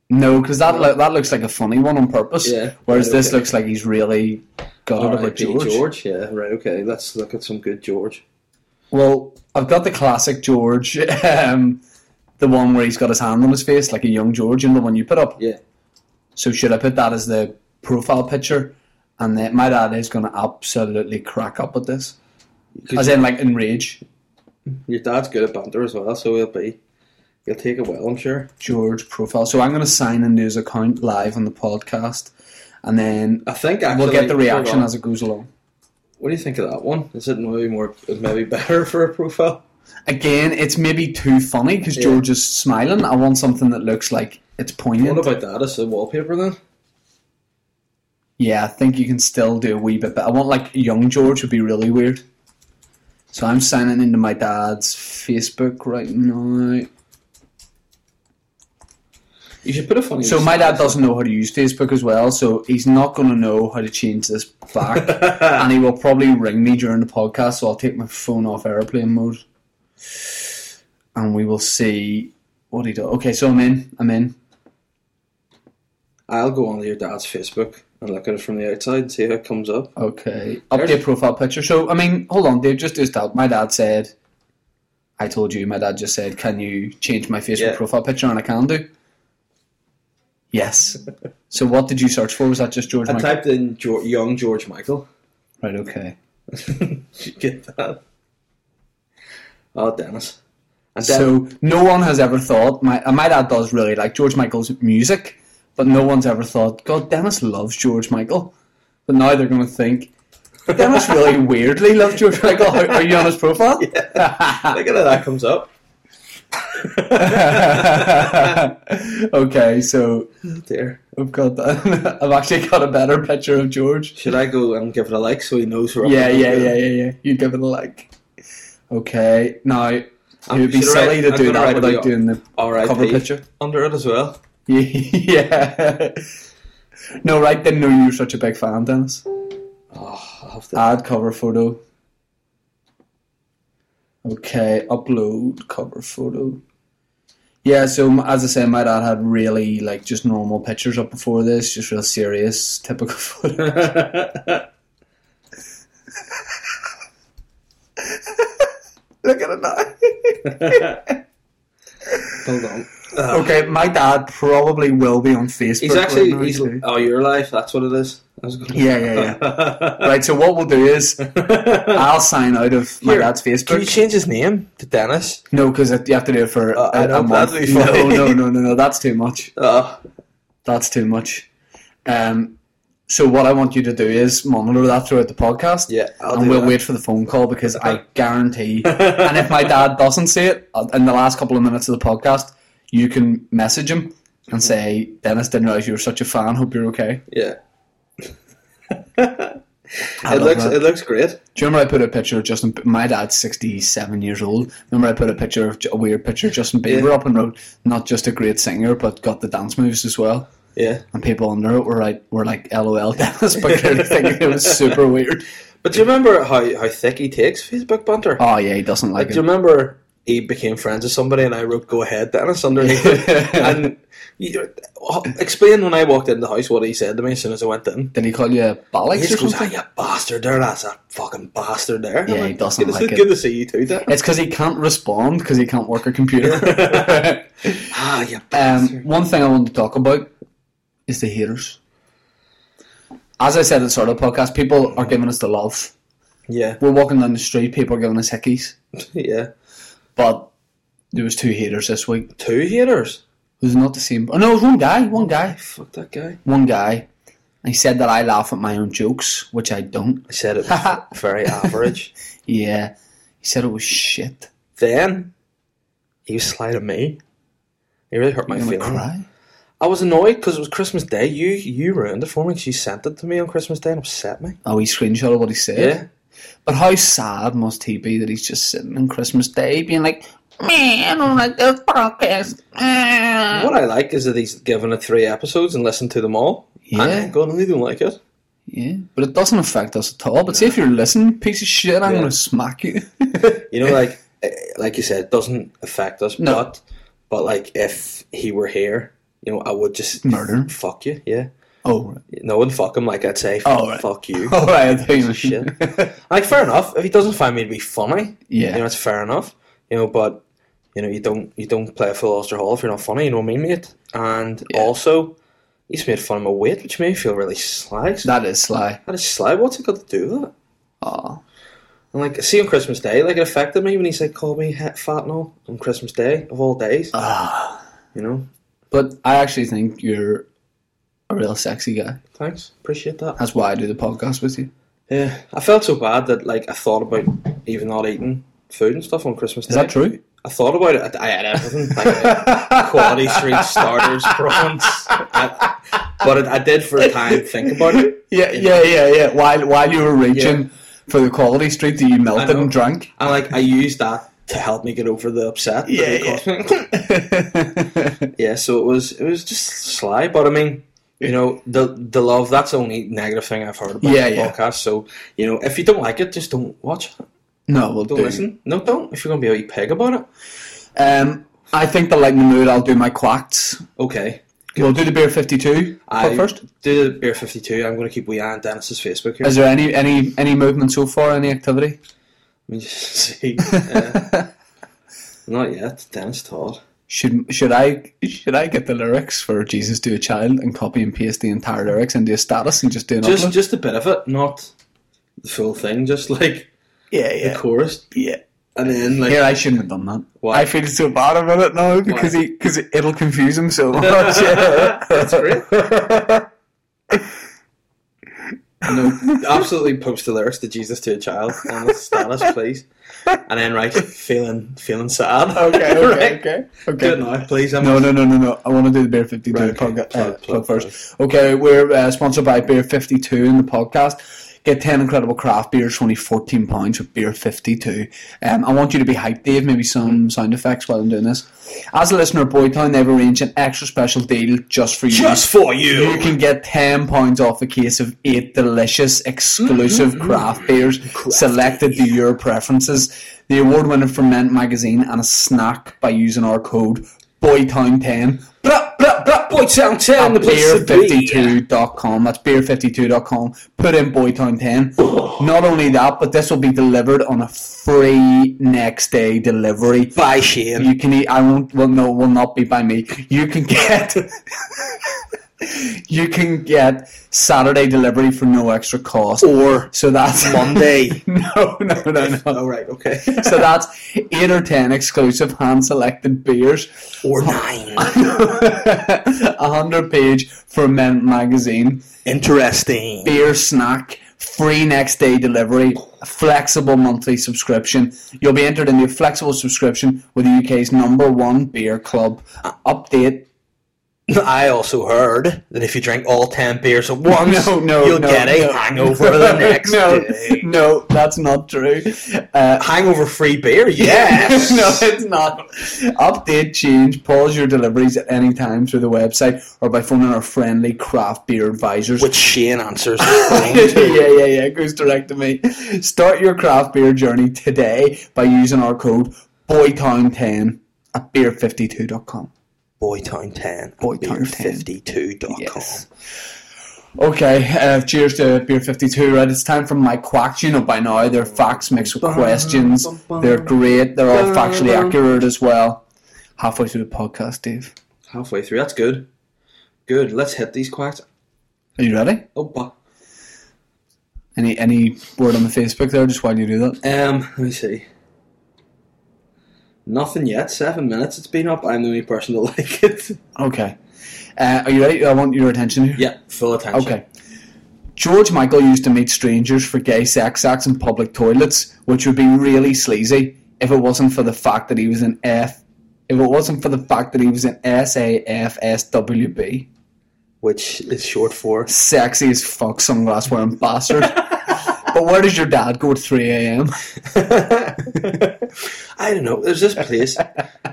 Speaker 4: No, because that lo- that looks like a funny one on purpose.
Speaker 5: Yeah.
Speaker 4: Whereas
Speaker 5: Right,
Speaker 4: this
Speaker 5: okay.
Speaker 4: looks like he's really got it about
Speaker 5: R.I.P.
Speaker 4: George.
Speaker 5: yeah, right, okay. Let's look at some good George.
Speaker 4: Well, I've got the classic George, um, the one where he's got his hand on his face like a young George, and the one you put up.
Speaker 5: Yeah.
Speaker 4: So should I put that as the profile picture? And then my dad is going to absolutely crack up at this,
Speaker 5: Could
Speaker 4: as in like enrage.
Speaker 5: Your dad's good at banter as well, so he'll be he'll take it well, I'm sure.
Speaker 4: George profile. So I'm going to sign into his account live on the podcast, and then
Speaker 5: I think actually
Speaker 4: we'll get the reaction
Speaker 5: hold on.
Speaker 4: as it goes along.
Speaker 5: What do you think of that one? Is it maybe more maybe better for a profile?
Speaker 4: Again, it's maybe too funny because George is smiling. I want something that looks like it's poignant.
Speaker 5: What about that as a wallpaper then?
Speaker 4: yeah, I think you can still do a wee bit, but I want like young George would be really weird. So I'm signing into my dad's Facebook right now.
Speaker 5: You should put a funny.
Speaker 4: So my dad doesn't know how to use Facebook as well, so he's not going to know how to change this back, and he will probably ring me during the podcast. So I'll take my phone off airplane mode, and we will see what he does. Okay, so I'm in. I'm in.
Speaker 5: I'll go onto your dad's Facebook and look at it from the outside and see how it comes up.
Speaker 4: Okay,
Speaker 5: There's-
Speaker 4: update profile picture. So I mean, hold on, Dave. Just as that, my dad said, I told you. My dad just said, "Can you change my Facebook
Speaker 5: Yeah.
Speaker 4: profile picture?" And I can do. Yes. so what did you search for? Was that just George?
Speaker 5: I
Speaker 4: Michael?
Speaker 5: typed in Geor young George Michael.
Speaker 4: right. Okay.
Speaker 5: Did you get that? Oh, Dennis. And Dennis,
Speaker 4: So no one has ever thought my and my dad does really like George Michael's music, but no one's ever thought God Dennis loves George Michael, but now they're going to think Dennis really weirdly loves George Michael. How, are you on his profile? Ah.
Speaker 5: look at how that comes up.
Speaker 4: okay, so
Speaker 5: Oh, Dear.
Speaker 4: I've got that. I've actually got a better picture of George.
Speaker 5: Should I go and give it a like so he knows we're up
Speaker 4: Yeah,
Speaker 5: and
Speaker 4: yeah,
Speaker 5: doing?
Speaker 4: yeah, yeah, yeah. You give it a like. Okay, now it would be
Speaker 5: Um, should I write-
Speaker 4: silly to
Speaker 5: I'm
Speaker 4: do
Speaker 5: gonna
Speaker 4: that
Speaker 5: write a
Speaker 4: without
Speaker 5: wee-
Speaker 4: doing the
Speaker 5: R.I.P.
Speaker 4: cover picture.
Speaker 5: under it as well.
Speaker 4: yeah. No, right, didn't know you were such a big fan, Dennis.
Speaker 5: Oh, I have to.
Speaker 4: Add cover photo. Okay, upload cover photo. Yeah, so m- as I say, my dad had really like just normal pictures up before this, just real serious, typical photo.
Speaker 5: Uh.
Speaker 4: Look at it now.
Speaker 5: Hold on.
Speaker 4: okay, my dad probably will be on Facebook.
Speaker 5: He's
Speaker 4: right
Speaker 5: actually.
Speaker 4: now,
Speaker 5: He's,
Speaker 4: too.
Speaker 5: oh, your life. That's what it is. I was gonna-
Speaker 4: yeah, yeah, yeah. right, so what we'll do is I'll sign out of my
Speaker 5: Here,
Speaker 4: dad's Facebook.
Speaker 5: Can you change his name to Dennis?
Speaker 4: No, because you have to do it for
Speaker 5: Uh,
Speaker 4: a,
Speaker 5: I
Speaker 4: a
Speaker 5: know,
Speaker 4: month.
Speaker 5: that'd be
Speaker 4: No,
Speaker 5: funny.
Speaker 4: no, no, no, no. That's too much.
Speaker 5: Oh,
Speaker 4: That's too much. Um, so what I want you to do is monitor that throughout the podcast.
Speaker 5: Yeah, I'll
Speaker 4: and
Speaker 5: do
Speaker 4: we'll
Speaker 5: that.
Speaker 4: wait for the phone call because I guarantee. and if my dad doesn't see it uh, in the last couple of minutes of the podcast, you can message him and say, "Dennis, didn't realize you were such a fan. Hope you're okay."
Speaker 5: yeah.
Speaker 4: I
Speaker 5: It
Speaker 4: love
Speaker 5: looks.
Speaker 4: that.
Speaker 5: It looks great.
Speaker 4: Do you remember I put a picture of Justin? My dad's sixty-seven years old. Remember I put a picture of a weird picture of Justin Bieber
Speaker 5: Yeah.
Speaker 4: up and wrote, "Not just a great singer, but got the dance moves as well."
Speaker 5: Yeah.
Speaker 4: And people under it were like, "Were like, LOL, Dennis," but clearly thinking it was super weird.
Speaker 5: But do you remember how, how thick he takes Facebook banter?
Speaker 4: Oh yeah, he doesn't like
Speaker 5: Do you
Speaker 4: it.
Speaker 5: remember he became friends with somebody and I wrote "Go ahead, Dennis" underneath it? And you, explain when I walked in the house what he said to me as soon as I went in.
Speaker 4: Did he call you a bollocks
Speaker 5: He
Speaker 4: or
Speaker 5: just goes, "Ah,
Speaker 4: something?
Speaker 5: you bastard there! That's a fucking bastard there." I'm
Speaker 4: Yeah, he doesn't
Speaker 5: good, to-
Speaker 4: like it.
Speaker 5: Good to see you too, Dennis.
Speaker 4: It's because he can't respond because he can't work a computer.
Speaker 5: Ah, you
Speaker 4: Um,
Speaker 5: bastard.
Speaker 4: one thing I want to talk about is the haters. As I said at the start of the podcast, people are giving us the love.
Speaker 5: yeah,
Speaker 4: We're walking down the street, people are giving us hickeys.
Speaker 5: yeah.
Speaker 4: But there was two haters this week. It
Speaker 5: Two haters.
Speaker 4: was not the same. Oh no, it was one guy, one guy,
Speaker 5: Fuck that guy.
Speaker 4: one guy. And he said that I laugh at my own jokes, which I don't.
Speaker 5: I said it was very average.
Speaker 4: Yeah, he said it was shit.
Speaker 5: Then he was sliding me. It really hurt my
Speaker 4: I'm gonna
Speaker 5: feelings.
Speaker 4: cry.
Speaker 5: I was annoyed because it was Christmas Day. You you ruined it for me. 'cause You sent it to me on Christmas Day and upset me.
Speaker 4: Oh, he screenshot of what he said.
Speaker 5: Yeah.
Speaker 4: But how sad must he be that he's just sitting on Christmas Day being like, man, I don't like this podcast. Ah."
Speaker 5: What I like is that he's given it three episodes and listened to them all.
Speaker 4: Yeah.
Speaker 5: And I ain't gonna leave them like it.
Speaker 4: Yeah, but it doesn't affect us at all. But see, if you're listening, piece of shit, I'm
Speaker 5: Yeah.
Speaker 4: going to smack you.
Speaker 5: You know, like eh, like you said, it doesn't affect us.
Speaker 4: No.
Speaker 5: But but like if he were here, you know, I would just
Speaker 4: Murder him.
Speaker 5: Fuck you. Yeah.
Speaker 4: oh, right.
Speaker 5: No one fuck him. Like I'd say.
Speaker 4: Oh, right.
Speaker 5: Fuck you.
Speaker 4: All right, I think
Speaker 5: Shit. like fair enough. If he doesn't find me to be funny,
Speaker 4: Yeah.
Speaker 5: you know, it's fair enough. You know, but you know, you don't you don't play full Ulster Hall if you're not funny. You know what I mean, mate? And also, he's made fun of my weight, which made me feel really sly. So
Speaker 4: That is sly.
Speaker 5: that is sly. What's it got to do with that?
Speaker 4: Oh,
Speaker 5: And like, see on Christmas Day, like it affected me when he said, "Call me het fat and all on Christmas Day of all days."
Speaker 4: Ah.
Speaker 5: you know,
Speaker 4: but I actually think you're a real sexy guy.
Speaker 5: thanks, appreciate that.
Speaker 4: That's why I do the podcast with you.
Speaker 5: Yeah, Eh, I felt so bad that like I thought about even not eating food and stuff on Christmas
Speaker 4: Is
Speaker 5: Day.
Speaker 4: that true?
Speaker 5: I thought about it. I had everything. Like, uh, quality street starters, prawns. I, but it, I did for a time think about it.
Speaker 4: Yeah, yeah, yeah, yeah. While while you were reaching for the quality street that you melted
Speaker 5: know.
Speaker 4: and drank.
Speaker 5: And like I used that to help me get over the upset. that
Speaker 4: Yeah,
Speaker 5: it caused me. yeah. So it was it was just sly, but I mean, you know, the the love. That's the only negative thing I've heard about
Speaker 4: Yeah,
Speaker 5: the
Speaker 4: yeah.
Speaker 5: podcast. So you know, if you don't like it, just don't watch it.
Speaker 4: No, we'll
Speaker 5: Don't
Speaker 4: do.
Speaker 5: listen. No, don't. If you're gonna be a wee pig about it,
Speaker 4: Um, I think that like in the mood, I'll do my quacks.
Speaker 5: okay.
Speaker 4: We'll do the beer fifty two first.
Speaker 5: do the beer fifty two. I'm gonna keep wee eye on Dennis's Facebook here.
Speaker 4: Is there any any any movement so far? Any activity?
Speaker 5: Let me just see. Uh, not yet. Dennis Todd.
Speaker 4: Should should I should I get the lyrics for Jesus to a Child and copy and paste the entire lyrics into a status and just do an
Speaker 5: Just
Speaker 4: upload?
Speaker 5: just a bit of it, not the full thing. Just like
Speaker 4: yeah,
Speaker 5: the chorus,
Speaker 4: yeah.
Speaker 5: and then like
Speaker 4: Here, I shouldn't have done that.
Speaker 5: Why?
Speaker 4: I feel so bad about it now because he because it'll confuse him so much.
Speaker 5: that's great. no, absolutely post the lyrics to Jesus to a child and its status, please. And then right, feeling feeling sad.
Speaker 4: okay,
Speaker 5: Right.
Speaker 4: okay, okay, okay.
Speaker 5: Do it now, please. I'm
Speaker 4: No, no, no, no, no. I want to do the Beer 52
Speaker 5: Right,
Speaker 4: plug,
Speaker 5: okay.
Speaker 4: uh, plug
Speaker 5: Plug, plug,
Speaker 4: first. Okay, we're uh, sponsored by Beer 52 in the podcast. Get 10 incredible craft beers for only £14 with Beer 52. Um, I want you to be hyped, Dave. Maybe some sound effects while I'm doing this. As a listener of Boytown, they've arranged an extra special deal just for you.
Speaker 5: just for you.
Speaker 4: You can get ten pounds off a case of eight delicious, exclusive craft beers selected to your preferences. The award-winning Ferment magazine and a snack by using our code Boytown10. Blah, blah, blah, boy-
Speaker 5: Boytown Town, the place to be.
Speaker 4: Beer52.com. That's beer52.com. Put in Boytown10. Not only that, but this will be delivered on a free next day delivery.
Speaker 5: Bye, Shane.
Speaker 4: You can eat. I won't. Well, no, will not be by me. You can get. you can get Saturday delivery for no extra cost.
Speaker 5: or
Speaker 4: so that's
Speaker 5: Monday.
Speaker 4: no, no, no, no.
Speaker 5: All right, okay.
Speaker 4: So that's eight or ten exclusive hand selected beers,
Speaker 5: or nine.
Speaker 4: a hundred page ferment magazine,
Speaker 5: Interesting.
Speaker 4: beer snack, free next day delivery, a flexible monthly subscription. You'll be entered into a flexible subscription with the UK's number one beer club. Uh, Update.
Speaker 5: I also heard that if you drink all ten beers at once,
Speaker 4: No, no,
Speaker 5: you'll
Speaker 4: no,
Speaker 5: get a
Speaker 4: no.
Speaker 5: hangover the next
Speaker 4: no,
Speaker 5: day.
Speaker 4: no, that's not true. Uh,
Speaker 5: Hangover free beer, yes.
Speaker 4: no, it's not. Update, change, pause your deliveries at any time through the website or by phoning our friendly craft beer advisors.
Speaker 5: Which Shane answers. the phone.
Speaker 4: yeah, yeah, yeah. It goes direct to me. Start your craft beer journey today by using our code BOYTOWN10 at beer52.com.
Speaker 5: Boytown ten.
Speaker 4: Boytown 10.
Speaker 5: fifty two dot
Speaker 4: Yes. Okay, uh, cheers to Beer 52. Right, it's time for my quacks. You know by now, they're facts mixed with questions. They're great. They're all factually accurate as well. Halfway through the podcast, Dave.
Speaker 5: Halfway through, that's good. Good. Let's hit these quacks.
Speaker 4: Are you ready?
Speaker 5: Oh, bu-
Speaker 4: Any any word on the Facebook there, just while you do that?
Speaker 5: um, let me see. Nothing yet. Seven minutes. It's been up. I'm the only person to like it.
Speaker 4: Okay. Uh, are you ready? I want your attention here.
Speaker 5: Yeah, full attention.
Speaker 4: Okay. George Michael used to meet strangers for gay sex acts in public toilets, which would be really sleazy if it wasn't for the fact that he was an F if it wasn't for the fact that he was in SAFSWB,
Speaker 5: which is short for.
Speaker 4: sexy as fuck sunglass wearing bastard. but where does your dad go at 3 a.m.?
Speaker 5: I don't know. There's this place.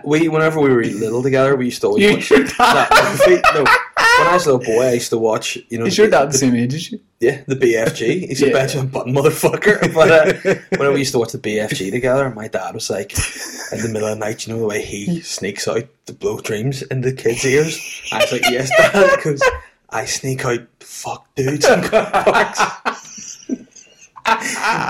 Speaker 5: We, whenever we were little together, we used to always
Speaker 4: You-
Speaker 5: watch
Speaker 4: your dad-
Speaker 5: that movie. No, when I was a little boy, I used to watch. You know,
Speaker 4: Is your
Speaker 5: the-
Speaker 4: dad the same age as you?
Speaker 5: Yeah, the BFG. He's
Speaker 4: Yeah.
Speaker 5: a Benjamin Button motherfucker. But uh, when we used to watch the BFG together, my dad was like, in the middle of the night, you know the way he sneaks out to blow dreams in the kids' ears? I was like, yes, dad, because I sneak out fuck dudes and cocks.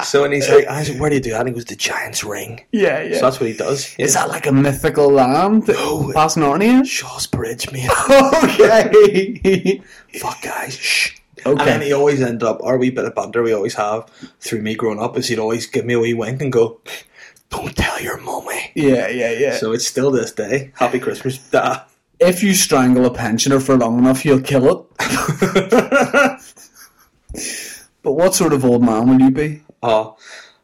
Speaker 5: so, and he's like, I said, where do you do that? And he goes, the Giant's Ring.
Speaker 4: Yeah, yeah.
Speaker 5: So that's what he does.
Speaker 4: Is
Speaker 5: Yeah.
Speaker 4: that like a mythical land?
Speaker 5: No.
Speaker 4: Passing Narnia?
Speaker 5: Shaw's Bridge, mate.
Speaker 4: Okay.
Speaker 5: fuck guys, shh.
Speaker 4: Okay.
Speaker 5: And then he always ended up, our wee bit of banter we always have through me growing up is he'd always give me a wee wink and go, don't tell your mummy.
Speaker 4: yeah, yeah, yeah.
Speaker 5: So it's still this day. Happy Christmas, da.
Speaker 4: if you strangle a pensioner for long enough, you'll kill it. but what sort of old man will you be?
Speaker 5: Uh,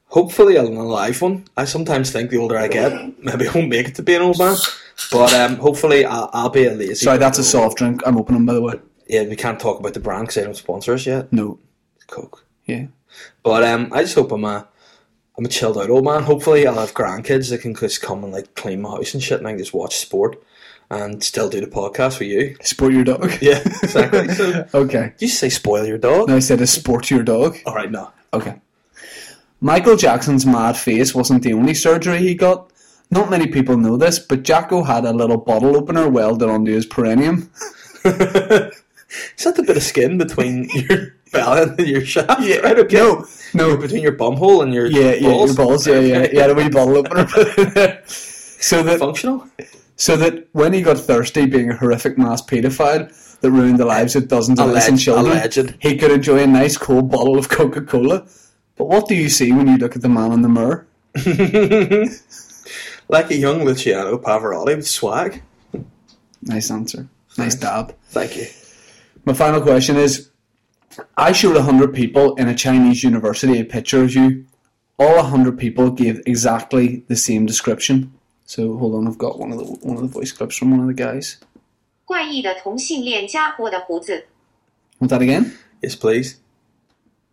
Speaker 5: hopefully I'll an alive one. I sometimes think the older I get, maybe I won't make it to be an old man. But um, hopefully I'll, I'll be a lazy.
Speaker 4: Sorry, that's a soft drink. I'm opening, by the way.
Speaker 5: Yeah, we can't talk about the brand because I don't sponsor us yet.
Speaker 4: No.
Speaker 5: Coke.
Speaker 4: Yeah.
Speaker 5: But um, I just hope I'm a, I'm a chilled out old man. Hopefully, I'll have grandkids that can just come and like clean my house and shit, and I can just watch sport and still do the podcast with you.
Speaker 4: Sport your dog.
Speaker 5: Yeah, exactly. so, did
Speaker 4: Okay.
Speaker 5: you say spoil your dog?
Speaker 4: Now I said a sport your dog.
Speaker 5: All right, no.
Speaker 4: Okay. Michael Jackson's mad face wasn't the only surgery he got. Not many people know this, but Jacko had a little bottle opener welded onto his perineum.
Speaker 5: Is that the bit of skin between your belly and your shaft? right? Okay.
Speaker 4: No, no.
Speaker 5: Between your bum hole and your
Speaker 4: Yeah, yeah,
Speaker 5: balls?
Speaker 4: your balls. Yeah, yeah. He had a wee bottle opener. so that,
Speaker 5: Functional?
Speaker 4: so that when he got thirsty, being a horrific mass paedophile that ruined the lives of dozens of
Speaker 5: Alleged-
Speaker 4: innocent children,
Speaker 5: alleged.
Speaker 4: he could enjoy a nice cold bottle of Coca Cola. But what do you see when you look at the man in the mirror?
Speaker 5: Like a young Luciano Pavarotti with swag?
Speaker 4: Nice answer. Nice dab.
Speaker 5: Thank you.
Speaker 4: My final question is I showed 100 people in a Chinese university a picture of you. All 100 people gave exactly the same description. So hold on, I've got one of the one of the voice clips from one of the guys.
Speaker 2: 怪异的同性恋家伙的胡子，
Speaker 4: Want that again?
Speaker 5: Yes, please.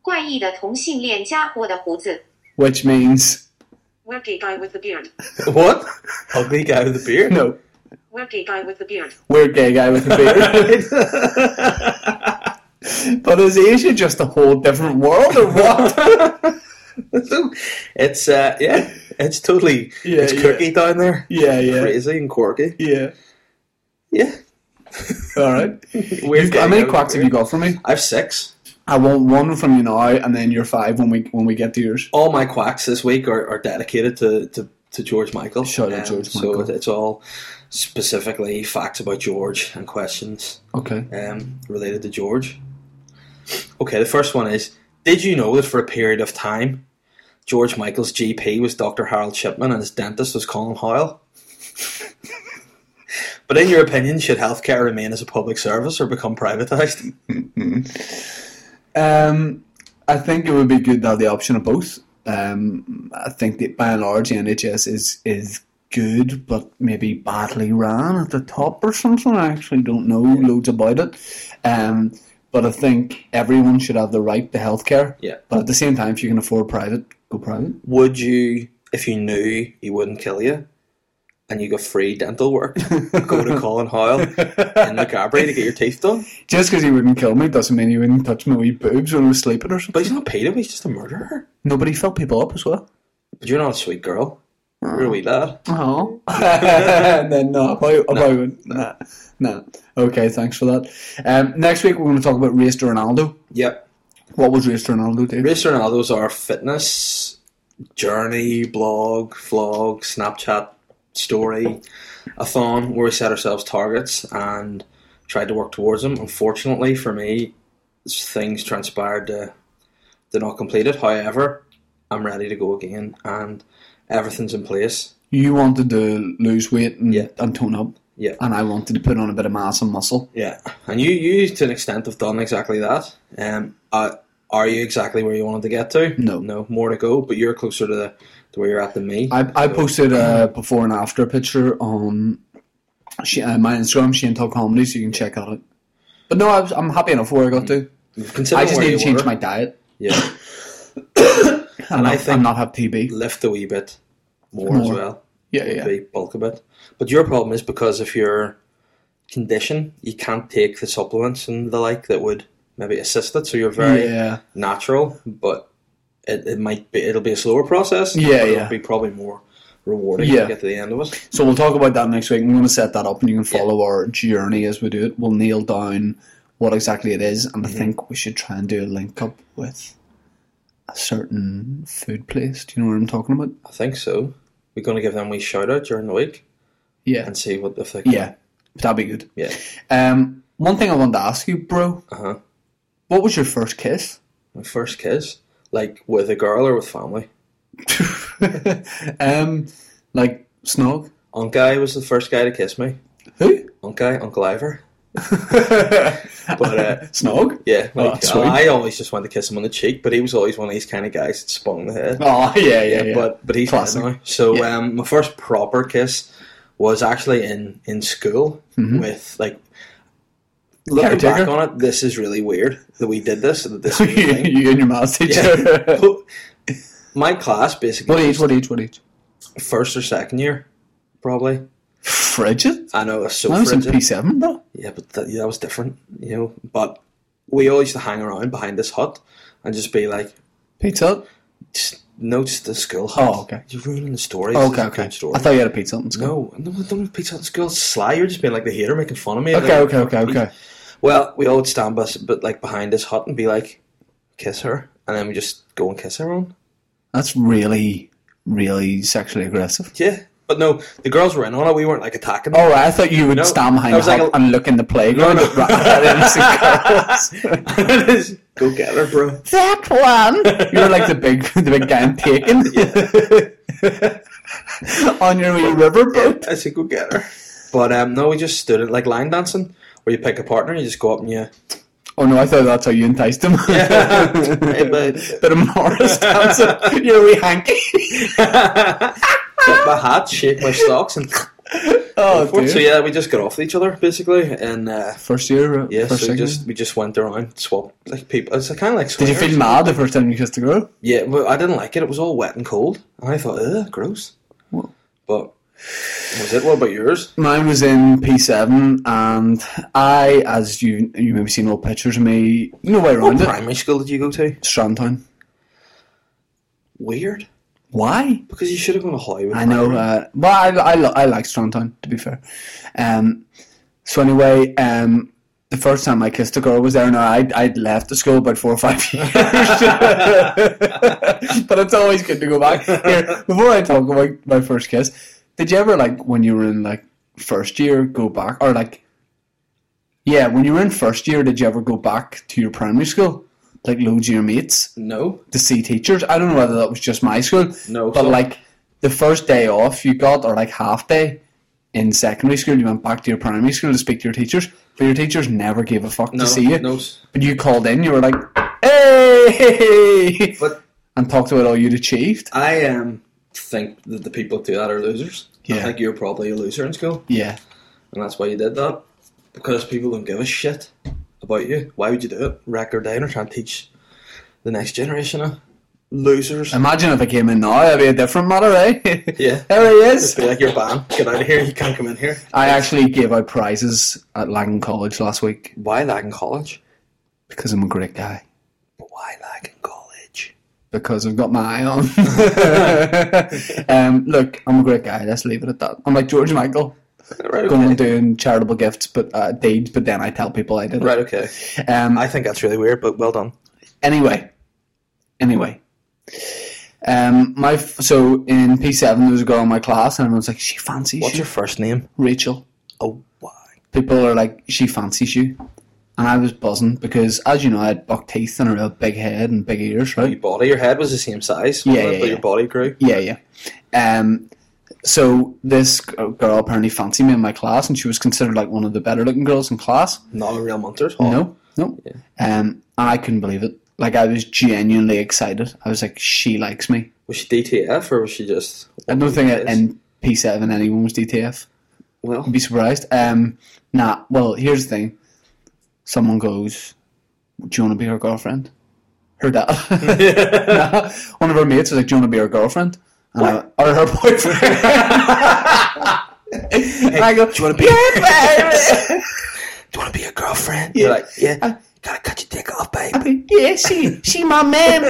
Speaker 2: 怪异的同性恋家伙的胡子。
Speaker 4: Which means
Speaker 2: Wacky guy with the beard.
Speaker 5: What? Ugly guy with a beard?
Speaker 4: no,
Speaker 2: Wacky guy with the beard.
Speaker 4: weird gay guy with a beard. but is Asia just a whole different world or what?
Speaker 5: So it's uh yeah, it's totally
Speaker 4: Yeah,
Speaker 5: it's
Speaker 4: yeah.
Speaker 5: quirky down there.
Speaker 4: yeah, yeah,
Speaker 5: Crazy and quirky.
Speaker 4: yeah.
Speaker 5: Yeah.
Speaker 4: All right.
Speaker 5: Weird
Speaker 4: How
Speaker 5: guy
Speaker 4: many
Speaker 5: over
Speaker 4: quacks have you
Speaker 5: here.
Speaker 4: got for me?
Speaker 5: I have six.
Speaker 4: I want one from you now, and then you're five when we when we get to yours.
Speaker 5: All my quacks this week are, are dedicated to, to, to George Michael. Um,
Speaker 4: Shout out George Michael.
Speaker 5: So it's all specifically facts about George and questions
Speaker 4: Okay.
Speaker 5: um, related to George. Okay, the first one is Did you know that for a period of time, George Michael's GP was Dr. Harold Shipman and his dentist was Colin Hoyle? but in your opinion, should healthcare remain as a public service or become privatised?
Speaker 4: Um, I think it would be good to have the option of both. Um, I think that by and large, the NHS is is good, but maybe badly ran at the top or something. I actually don't know loads about it. Um, but I think everyone should have the right to healthcare.
Speaker 5: Yeah.
Speaker 4: But at the same time, if you can afford private, go private.
Speaker 5: Would you, if you knew he wouldn't kill you? And you got free dental work. Go to Colin Hoyle in Macabry to get your teeth done.
Speaker 4: Just because he wouldn't kill me doesn't mean he wouldn't touch my wee boobs when I was sleeping or
Speaker 5: But
Speaker 4: something.
Speaker 5: he's not paid him, he's just a murderer.
Speaker 4: No, but he filled people up as well.
Speaker 5: But you're not a sweet girl. You're a wee lad.
Speaker 4: Oh. and then no, I probably, I probably wouldn't. Nah, nah. Okay, thanks for that. Um, next week we're going to talk about race to Ronaldo.
Speaker 5: Yep.
Speaker 4: What was race to Ronaldo, Dave?
Speaker 5: Race Ronaldo's our fitness journey, blog, vlog, Snapchat story, a thon where we set ourselves targets and tried to work towards them. Unfortunately for me, things transpired to, to not complete it. However, I'm ready to go again and everything's in place.
Speaker 4: You wanted to lose weight and,
Speaker 5: Yeah.
Speaker 4: and tone up,
Speaker 5: Yeah.
Speaker 4: and I wanted to put on a bit of mass and muscle.
Speaker 5: Yeah, and you, you to an extent have done exactly that. Um, uh, are you exactly where you wanted to get to?
Speaker 4: No.
Speaker 5: no, more to go. But you're closer to the, to where you're at than me.
Speaker 4: I, I posted
Speaker 5: Uh-huh.
Speaker 4: a before and after picture on she, uh, my Instagram, Shane Talk Comedy, so you can check that out. But no, I was, I'm happy enough where I got to.
Speaker 5: Considering
Speaker 4: I just
Speaker 5: where
Speaker 4: need
Speaker 5: you
Speaker 4: to change
Speaker 5: were,
Speaker 4: my diet
Speaker 5: yeah,
Speaker 4: and,
Speaker 5: And I
Speaker 4: not,
Speaker 5: think-
Speaker 4: and not have TB.
Speaker 5: lift a wee bit more, as
Speaker 4: More.
Speaker 5: well.
Speaker 4: Yeah,
Speaker 5: Would
Speaker 4: yeah.
Speaker 5: be bulk a bit. But your problem is because of your condition, you can't take the supplements and the like that would maybe assist it. So you're very
Speaker 4: Yeah.
Speaker 5: natural, but it, it might be it'll be a slower process.
Speaker 4: Yeah,
Speaker 5: but
Speaker 4: yeah.
Speaker 5: It'll be probably more rewarding to
Speaker 4: Yeah.
Speaker 5: get to the end of it.
Speaker 4: So we'll talk about that next week. I'm going to set that up, and you can follow our journey as we do it. We'll nail down what exactly it is, and I
Speaker 5: Mm-hmm.
Speaker 4: think we should try and do a link up with a certain food place. Do you know what I'm talking about?
Speaker 5: I think so. We're going to give them a wee shout out during the week
Speaker 4: Yeah,
Speaker 5: and see what if they can.
Speaker 4: yeah, that'd be good.
Speaker 5: Yeah.
Speaker 4: Um, one thing I wanted to ask you, bro.
Speaker 5: Uh huh.
Speaker 4: What was your first kiss?
Speaker 5: My first kiss, like with a girl or with family.
Speaker 4: um, like snog?
Speaker 5: Unkai was the first guy to kiss me.
Speaker 4: Who?
Speaker 5: Unkai, Uncle Ivor.
Speaker 4: but
Speaker 5: uh,
Speaker 4: snog?
Speaker 5: Yeah,
Speaker 4: Oh,
Speaker 5: like, uh,
Speaker 4: that's sweet.
Speaker 5: I always just wanted to kiss him on the cheek, but he was always one of these kind of guys that spun the head.
Speaker 4: Oh yeah, yeah, yeah.
Speaker 5: But but he's
Speaker 4: Classic.
Speaker 5: Classic. now. So
Speaker 4: Yeah.
Speaker 5: um, my first proper kiss was actually in in school
Speaker 4: Mm-hmm.
Speaker 5: with like looking back
Speaker 4: Caretaker?
Speaker 5: on it. This is really weird that we did this. That this was a thing.
Speaker 4: you and your maths teacher.
Speaker 5: Yeah. But my class basically
Speaker 4: what age? What age? What age?
Speaker 5: first or second year, probably.
Speaker 4: Frigid?
Speaker 5: I know it's so
Speaker 4: I was in
Speaker 5: frigid.
Speaker 4: P7, bro.
Speaker 5: Yeah, but that, yeah, that was different, you know. But we all used to hang around behind this hut and just be like,
Speaker 4: Pizza?
Speaker 5: just notice the school hut.
Speaker 4: Oh, okay. Oh,
Speaker 5: You're ruining the story. This
Speaker 4: okay,
Speaker 5: is a
Speaker 4: okay.
Speaker 5: good Story.
Speaker 4: I thought you had a pizza in school.
Speaker 5: No, no, I don't have pizza at school. It's sly. You're just being like the hater, making fun of me.
Speaker 4: Okay, okay, okay, okay.
Speaker 5: Well, we all would stand bus, but like behind this hut and be like, kiss her, and then we just go and kiss everyone.
Speaker 4: That's really, really sexually aggressive.
Speaker 5: Yeah, but no, the girls were in on it. We weren't like attacking. them.
Speaker 4: All right, I thought you would
Speaker 5: No,
Speaker 4: stand behind the
Speaker 5: I was like
Speaker 4: hut
Speaker 5: a-
Speaker 4: and look in the playground.
Speaker 5: No, no.
Speaker 4: rather than some girls. Oh.
Speaker 5: Just go get her, bro.
Speaker 4: that one. You're like the big, the big guy in Taken. On your wee riverboat.
Speaker 5: I said, go get her. But um, no, we just stood it like line dancing, where you pick a partner, you just go up and you.
Speaker 4: Oh no, I thought that's how you enticed him.
Speaker 5: Hey, bud.
Speaker 4: Bit of Morris dancing. You're a wee hanky.
Speaker 5: Take my hat, shake my stocks, and
Speaker 4: Oh, dude.
Speaker 5: so yeah, we just got off each other basically, and uh,
Speaker 4: First year, uh,
Speaker 5: Yeah,
Speaker 4: first
Speaker 5: so
Speaker 4: second
Speaker 5: just
Speaker 4: year?
Speaker 5: we just went around, swapped like people. It's kind of like.
Speaker 4: Did you
Speaker 5: swingers.
Speaker 4: feel mad the first time you kissed a girl?
Speaker 5: Yeah, well, I didn't like it. It was all wet and cold, and I thought, ugh, gross.
Speaker 4: Well-
Speaker 5: But was it? What about yours?
Speaker 4: Mine was in P7, and I, as you you maybe seen old pictures of me, no way
Speaker 5: What
Speaker 4: around it.
Speaker 5: primary school did you go to?
Speaker 4: Strandtown.
Speaker 5: Weird,
Speaker 4: Why?
Speaker 5: because you should have gone to Hollywood.
Speaker 4: I know.
Speaker 5: Primary.
Speaker 4: Uh, well, I, I, lo- I like Strandtown, to be fair. Um, so anyway, um, the first time I kissed a girl was there. Now I'd, I'd left the school about four or five years, but it's always good to go back. Here, before I talk about my first kiss, did you ever like when you were in like first year go back or like? Yeah, when you were in first year, did you ever go back to your primary school, like loads of your mates?
Speaker 5: no,
Speaker 4: to see teachers. I don't know whether that was just my school.
Speaker 5: No,
Speaker 4: But
Speaker 5: so-
Speaker 4: like the first day off you got, or like half day in secondary school, you went back to your primary school to speak to your teachers, but your teachers never gave a fuck
Speaker 5: no,
Speaker 4: to see you.
Speaker 5: no.
Speaker 4: But you called in, you were like, hey!
Speaker 5: But
Speaker 4: and talked about all you'd achieved.
Speaker 5: I um think that the people that do that are losers. I
Speaker 4: Yeah.
Speaker 5: think you're probably a loser in school,
Speaker 4: Yeah.
Speaker 5: and that's why you did that. Because people don't give a shit about you. Why would you do it? Wreck or down or try and teach the next generation of losers.
Speaker 4: Imagine if I came in now, that'd be a different matter, eh?
Speaker 5: Yeah.
Speaker 4: there he is.
Speaker 5: Just be like, you're banned. Get out of here. You can't come in here.
Speaker 4: I actually gave out prizes at Langham College last week
Speaker 5: Why lag in college?
Speaker 4: because I'm a great guy.
Speaker 5: But why lag in college?
Speaker 4: because I've got my eye on. um, look, I'm a great guy. Let's leave it at that. I'm like George Michael,
Speaker 5: Right, okay.
Speaker 4: going and doing charitable gifts, but uh, deeds. But then I tell people I did it.
Speaker 5: Right, okay.
Speaker 4: Um,
Speaker 5: I think that's really weird, but well done.
Speaker 4: anyway, anyway. Um, my f- so in P seven there was a girl in my class, and everyone's like, "She fancies
Speaker 5: What's
Speaker 4: you,
Speaker 5: your first name?
Speaker 4: Rachel."
Speaker 5: Oh, why?
Speaker 4: People are like, "She fancies you," and I was buzzing because, as you know, I had buck teeth and a real big head and big ears, right?
Speaker 5: Your body, your head was the same size,
Speaker 4: Yeah,
Speaker 5: wasn't it?
Speaker 4: yeah,
Speaker 5: but
Speaker 4: yeah.
Speaker 5: your body grew.
Speaker 4: Yeah, yeah. Um, so this g- girl apparently fancied me in my class, and she was considered like one of the better looking girls in class.
Speaker 5: Not a real monster at all.
Speaker 4: No, no. Um, and I couldn't believe it. Like I was genuinely excited. I was like, she likes me.
Speaker 5: Was she DTF or was she just?
Speaker 4: I don't think in P7 anyone was DTF.
Speaker 5: Well,
Speaker 4: I'd be surprised. Um, nah, well, here's the thing. Someone goes, Do you want to be her girlfriend? Her dad. Nah, One of her mates was like, Do you want to be her girlfriend? And I went, or her boyfriend. And I go,
Speaker 5: do you wanna be-
Speaker 4: Yeah, baby.
Speaker 5: do you want to be a girlfriend?
Speaker 4: Yeah.
Speaker 5: You're like, yeah. Ah. gotta cut your dick off, babe.
Speaker 4: I mean, yeah, she, she my man,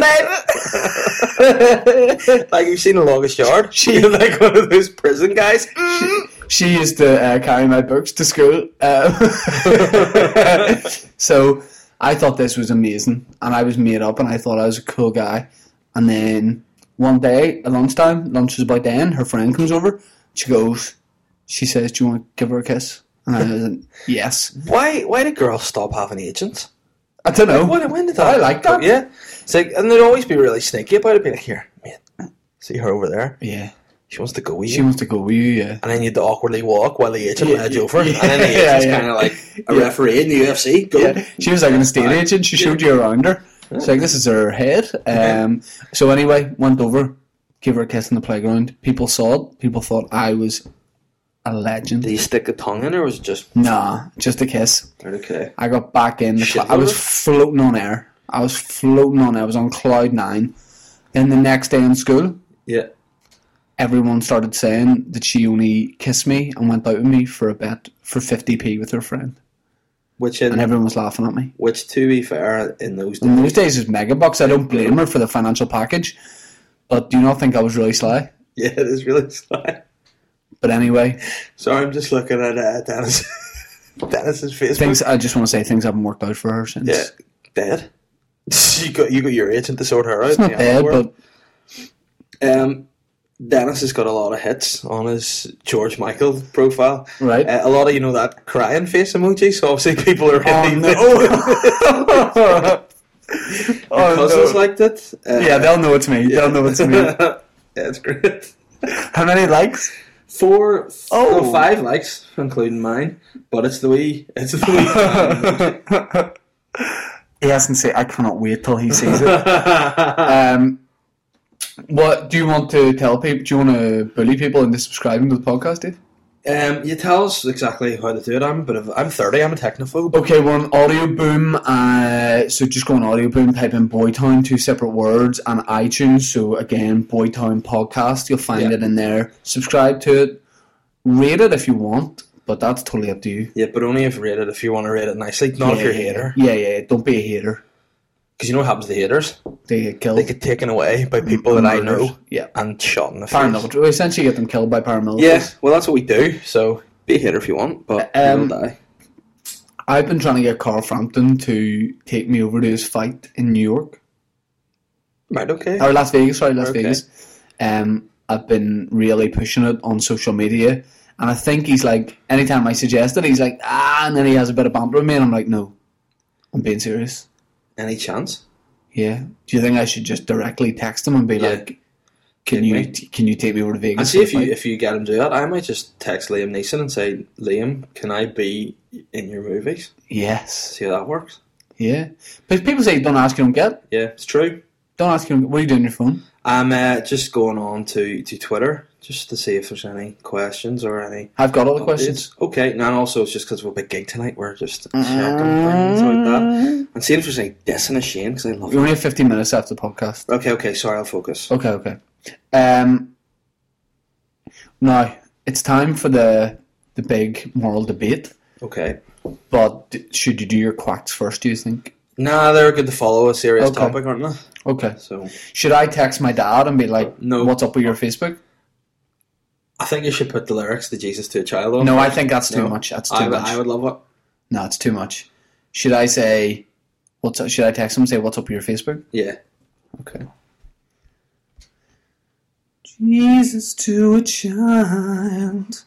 Speaker 4: baby.
Speaker 5: Like you've seen the longest yard.
Speaker 4: She-
Speaker 5: You're like one of those prison guys.
Speaker 4: she used to uh, carry my books to school. Um, so I thought this was amazing, and I was made up, and I thought I was a cool guy. And then one day at lunchtime, lunch was about to end, her friend comes over. She goes, she says, "Do you want to give her a kiss?" And I was "Yes."
Speaker 5: Why? Why do girls stop having agents?
Speaker 4: I don't know.
Speaker 5: When, when did that?
Speaker 4: I like that.
Speaker 5: Yeah. It's like, and they'd always be really sneaky about it. Be like, here, mate, see her over there.
Speaker 4: Yeah,
Speaker 5: She wants to go with
Speaker 4: she
Speaker 5: you.
Speaker 4: wants to go with you. Yeah.
Speaker 5: and then you'd awkwardly walk while the agent
Speaker 4: Yeah,
Speaker 5: led
Speaker 4: yeah,
Speaker 5: you over.
Speaker 4: yeah,
Speaker 5: and then the
Speaker 4: yeah,
Speaker 5: agent's
Speaker 4: yeah.
Speaker 5: kind of like a
Speaker 4: Yeah.
Speaker 5: referee in the UFC. Go.
Speaker 4: Yeah, she was like an estate agent. She showed you around her. She's like, this is her head. Um, so anyway, went over, gave her a kiss in the playground. People saw it. People thought I was a
Speaker 5: Did
Speaker 4: legend.
Speaker 5: you stick a tongue in, or was it just
Speaker 4: Nah, just a kiss.
Speaker 5: okay?
Speaker 4: I got back in. The cl-
Speaker 5: Shit,
Speaker 4: I was
Speaker 5: was it?
Speaker 4: floating on air. I was floating on air. I was on cloud nine. Then the next day in school,
Speaker 5: Yeah.
Speaker 4: everyone started saying that she only kissed me and went out with me for a bet for 50p with her friend.
Speaker 5: Which in
Speaker 4: And everyone was laughing at me.
Speaker 5: which, to be fair, in those
Speaker 4: In
Speaker 5: days,
Speaker 4: those days, it was megabucks. I don't blame her for the financial package, but do you not think I was really sly?
Speaker 5: yeah, it is really sly.
Speaker 4: But anyway,
Speaker 5: Sorry, I'm just looking at uh, Dennis. Dennis's Facebook.
Speaker 4: things I just want to say things haven't worked out for her since.
Speaker 5: yeah, dead. You got you got your agent to sort her out.
Speaker 4: It's not bad, Eh, but
Speaker 5: Um, Dennis has got a lot of hits on his George Michael profile.
Speaker 4: Right.
Speaker 5: Uh, a lot of, you know, that crying face emoji. So obviously people are
Speaker 4: oh
Speaker 5: hitting
Speaker 4: no! Oh,
Speaker 5: cousins
Speaker 4: no.
Speaker 5: liked it. Uh,
Speaker 4: yeah, they'll know it's me. They'll know it's me.
Speaker 5: yeah, it's great.
Speaker 4: How many likes?
Speaker 5: Four,
Speaker 4: Oh.
Speaker 5: oh, no, five likes, including mine. But it's the wee, it's the wee.
Speaker 4: He hasn't seen. I cannot wait till he sees it. um, what do you want to tell people? Do you want to bully people into subscribing to the podcast, Dave?
Speaker 5: um, you tell us exactly how to do it. I'm a bit of, I'm thirty. I'm a technophobe.
Speaker 4: Okay, we're on Audio Boom. Uh, so just go on Audio Boom, type in Boytown, two separate words, and iTunes. So again, Boytown Podcast. You'll find
Speaker 5: Yeah.
Speaker 4: it in there. Subscribe to it. Rate it if you want, but that's totally up to you.
Speaker 5: Yeah, but only if you rate it. If you want to rate it nicely, not if you're a hater.
Speaker 4: Yeah, yeah. Don't be a hater.
Speaker 5: Because you know what happens to haters?
Speaker 4: They get killed.
Speaker 5: They get taken away by people that I
Speaker 4: Murders.
Speaker 5: know
Speaker 4: Yeah.
Speaker 5: and shot in the face.
Speaker 4: Paramilitary. We essentially get them killed by paramilitaries.
Speaker 5: Yeah, well, that's what we do. So be a hater if you want, but
Speaker 4: Um,
Speaker 5: you'll die.
Speaker 4: I've been trying to get Carl Frampton to take me over to his fight in New York.
Speaker 5: Right, okay.
Speaker 4: or Las Vegas, sorry, Las
Speaker 5: Okay.
Speaker 4: Vegas. Um, I've been really pushing it on social media, and I think he's like, anytime I suggest it, he's like, ah, and then he has a bit of banter with me, and I'm like, no, I'm being serious.
Speaker 5: Any chance?
Speaker 4: Yeah. Do you think I should just directly text him and be
Speaker 5: Yeah.
Speaker 4: like, can
Speaker 5: Take
Speaker 4: you
Speaker 5: me.
Speaker 4: t- can you take me over to Vegas?
Speaker 5: And
Speaker 4: for
Speaker 5: see
Speaker 4: a
Speaker 5: if you
Speaker 4: fight?
Speaker 5: if you get him to do that, I might just text Liam Neeson and say, Liam, can I be in your movies?
Speaker 4: yes,
Speaker 5: See how that works.
Speaker 4: yeah. But people say don't ask, you don't get.
Speaker 5: Yeah, it's true.
Speaker 4: Don't ask, you don't get. What are you doing on your phone?
Speaker 5: I'm uh, just going on to, to Twitter just to see if there's any questions or any
Speaker 4: I've got all the questions. Mm-hmm.
Speaker 5: updates. Okay, and also it's just because we're a big gig tonight, we're just checking things like that and seeing if there's any dissing and shame because I love
Speaker 4: We
Speaker 5: it.
Speaker 4: only have 15 minutes after the podcast.
Speaker 5: Okay, okay, sorry, I'll focus.
Speaker 4: Okay, okay. Um, now it's time for the the big moral debate.
Speaker 5: Okay.
Speaker 4: But should you do your quacks first? Do you think?
Speaker 5: Nah, they're good to follow a serious
Speaker 4: Okay.
Speaker 5: topic, aren't they?
Speaker 4: Okay.
Speaker 5: So
Speaker 4: Should I text my dad and be like,
Speaker 5: Uh, No.
Speaker 4: what's up with your Facebook?"
Speaker 5: I think you should put the lyrics to Jesus to a Child on.
Speaker 4: No, I
Speaker 5: first.
Speaker 4: think that's too
Speaker 5: No.
Speaker 4: much. That's too
Speaker 5: I, would-
Speaker 4: much.
Speaker 5: I would love it.
Speaker 4: No, it's too much. Should I say, "What's up?" Should I text him and say, "What's up with your Facebook?"
Speaker 5: Yeah.
Speaker 4: Okay. Jesus to a child.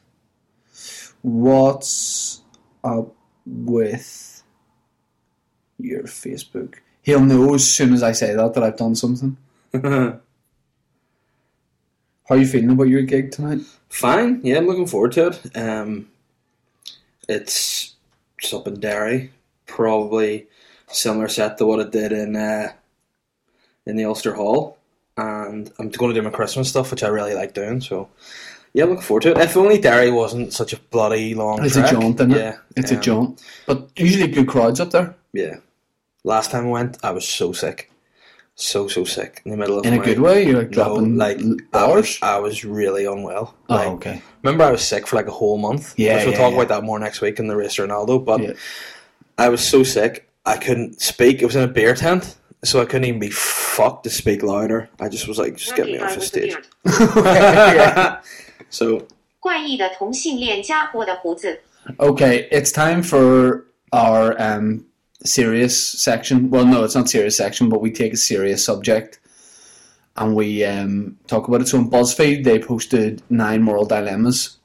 Speaker 4: What's up with your Facebook? He'll know as soon as I say that that I've done something. How are you feeling about your gig tonight?
Speaker 5: Fine. Yeah, I'm looking forward to it. Um, it's it's up in Derry, probably similar set to what it did in uh, in the Ulster Hall. and I'm going to do my Christmas stuff, which I really like doing. So, yeah, looking forward to it. If only Derry wasn't such a bloody long.
Speaker 4: It's
Speaker 5: trek.
Speaker 4: a jaunt, isn't it?
Speaker 5: Yeah,
Speaker 4: It's a
Speaker 5: um,
Speaker 4: jaunt. But usually good crowds up there
Speaker 5: Yeah. Last time I went, I was so sick, so so sick in the middle of
Speaker 4: in a
Speaker 5: my-
Speaker 4: good way. You're like
Speaker 5: No,
Speaker 4: dropping
Speaker 5: like
Speaker 4: l-
Speaker 5: I was,
Speaker 4: hours.
Speaker 5: I was really unwell.
Speaker 4: Oh,
Speaker 5: Like,
Speaker 4: okay.
Speaker 5: Remember, I was sick for like a whole month.
Speaker 4: Yeah,
Speaker 5: which we'll
Speaker 4: yeah,
Speaker 5: talk
Speaker 4: yeah.
Speaker 5: about that more next week in the race Ronaldo. But
Speaker 4: Yeah.
Speaker 5: I was so sick, I couldn't speak. It was in a beer tent, so I couldn't even be fucked to speak louder. I just was like, just get me off the stage. So
Speaker 2: 怪异的同性恋家伙的胡子，
Speaker 4: Okay, it's time for our um, serious section. Well, no, it's not serious section, but we take a serious subject and we um, talk about it. So on BuzzFeed, they posted nine moral dilemmas.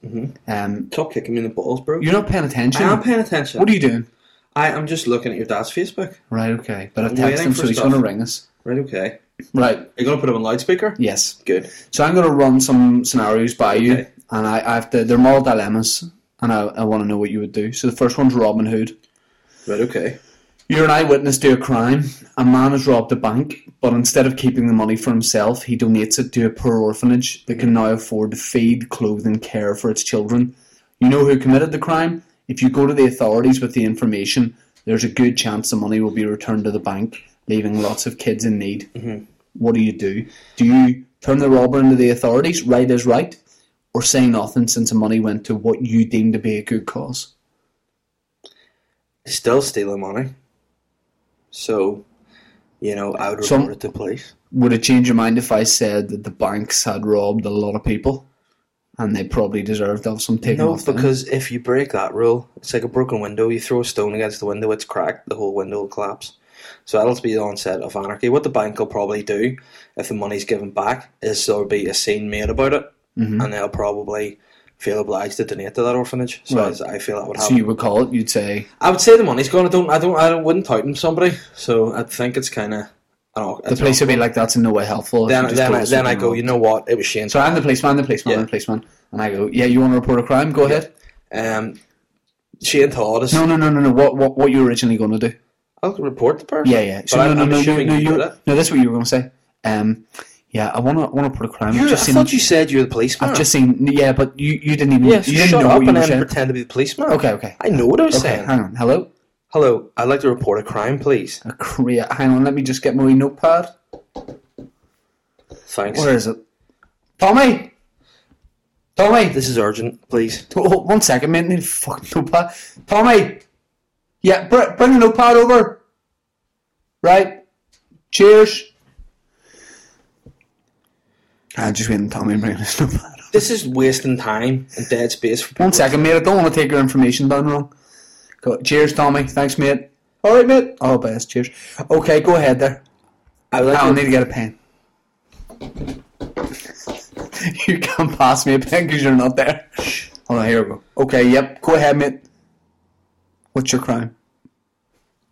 Speaker 4: Um,
Speaker 5: stop kicking me in the balls, bro.
Speaker 4: you're not paying attention.
Speaker 5: I am Mm-hmm. paying attention.
Speaker 4: What are you doing?
Speaker 5: I am just looking at your dad's Facebook.
Speaker 4: Right, okay. But I've
Speaker 5: I'm
Speaker 4: texted
Speaker 5: waiting
Speaker 4: him,
Speaker 5: for
Speaker 4: so he's
Speaker 5: stuff.
Speaker 4: going to ring us.
Speaker 5: Right, okay. Are
Speaker 4: Right,
Speaker 5: you gonna put him on loudspeaker?
Speaker 4: yes.
Speaker 5: Good.
Speaker 4: So I'm going to run some scenarios by you,
Speaker 5: Okay.
Speaker 4: and I, I have to, they're moral dilemmas, and I, I want to know what you would do. So the first one's Robin Hood.
Speaker 5: Right, okay.
Speaker 4: You're an eyewitness to a crime. A man has robbed a bank, but instead of keeping the money for himself, he donates it to a poor orphanage that can now afford to feed, clothe, and care for its children. You know who committed the crime? If you go to the authorities with the information, there's a good chance the money will be returned to the bank, leaving lots of kids in need. What do you do? Do you turn the robber into the authorities, right is right, or say nothing since the money went to what you deem to be a good cause?
Speaker 5: Still stealing money. So, you know, I would report
Speaker 4: Some-
Speaker 5: it to police.
Speaker 4: Would it change your mind if I said that the banks had robbed a lot of people and they probably deserved to have some taken
Speaker 5: No,
Speaker 4: off them?
Speaker 5: because if you break that rule, it's like a broken window. You throw a stone against the window, it's cracked, the whole window will collapse. So that'll be the onset of anarchy. What the bank will probably do if the money's given back is there'll be a scene made about it,
Speaker 4: Mm-hmm.
Speaker 5: and they'll probably feel obliged to donate to that orphanage. So
Speaker 4: Right.
Speaker 5: I, I feel that would
Speaker 4: So
Speaker 5: happen.
Speaker 4: you would call it, you'd say,
Speaker 5: I would say the money's gone. I don't, I don't, I don't, wouldn't tighten somebody. So I think it's kind of
Speaker 4: the police would be like, that's in no way helpful. if you
Speaker 5: Then,
Speaker 4: just
Speaker 5: then,
Speaker 4: told
Speaker 5: I,
Speaker 4: us
Speaker 5: then
Speaker 4: what
Speaker 5: I
Speaker 4: they
Speaker 5: go.
Speaker 4: were."
Speaker 5: You know what? It was Shane.
Speaker 4: So I'm the policeman, the policeman, I'm
Speaker 5: Yeah.
Speaker 4: the policeman. And I go, yeah, you want to report a crime? Go ahead.
Speaker 5: Um, Shane Todd is.
Speaker 4: No, no, no, no, no. What, what, what you were originally going to do?
Speaker 5: I'll report the person.
Speaker 4: Yeah, yeah. So
Speaker 5: but I'm,
Speaker 4: no,
Speaker 5: I'm
Speaker 4: no, no, no,
Speaker 5: assuming
Speaker 4: no,
Speaker 5: you
Speaker 4: you,
Speaker 5: did
Speaker 4: no.
Speaker 5: it.
Speaker 4: That's what you were going to say. Um, yeah, I want to, want to report a crime.
Speaker 5: You,
Speaker 4: I've
Speaker 5: I
Speaker 4: just seen,
Speaker 5: thought you said you were the policeman.
Speaker 4: I've just seen. Yeah, but you, you didn't even,
Speaker 5: Yes,
Speaker 4: you didn't
Speaker 5: shut
Speaker 4: know
Speaker 5: up
Speaker 4: what you
Speaker 5: and
Speaker 4: were
Speaker 5: then
Speaker 4: saying.
Speaker 5: pretend to be the policeman.
Speaker 4: Okay, okay.
Speaker 5: I know what I was
Speaker 4: Okay,
Speaker 5: saying.
Speaker 4: hang on. Hello.
Speaker 5: Hello, I'd like to report a crime, please.
Speaker 4: A Korea. Hang on, let me just get my wee notepad.
Speaker 5: Thanks.
Speaker 4: Where is it? Tommy! Tommy!
Speaker 5: This is urgent, please.
Speaker 4: Oh, one second, man. Need a fucking notepad. Tommy! Yeah, br- bring the notepad over. Right. Cheers. I'm just waiting for Tommy to bring his notepad. up.
Speaker 5: This is wasting time and dead space for people.
Speaker 4: One second, mate. I don't want to take your information down wrong. Go, cheers, Tommy. Thanks, mate. All right, mate. All best. Cheers. Okay, go ahead there.
Speaker 5: I would like
Speaker 4: I'll
Speaker 5: to-
Speaker 4: need to get a pen. you can't pass me a pen because you're not there. Hold on, here we go. Okay, yep, go ahead, mate. What's your crime?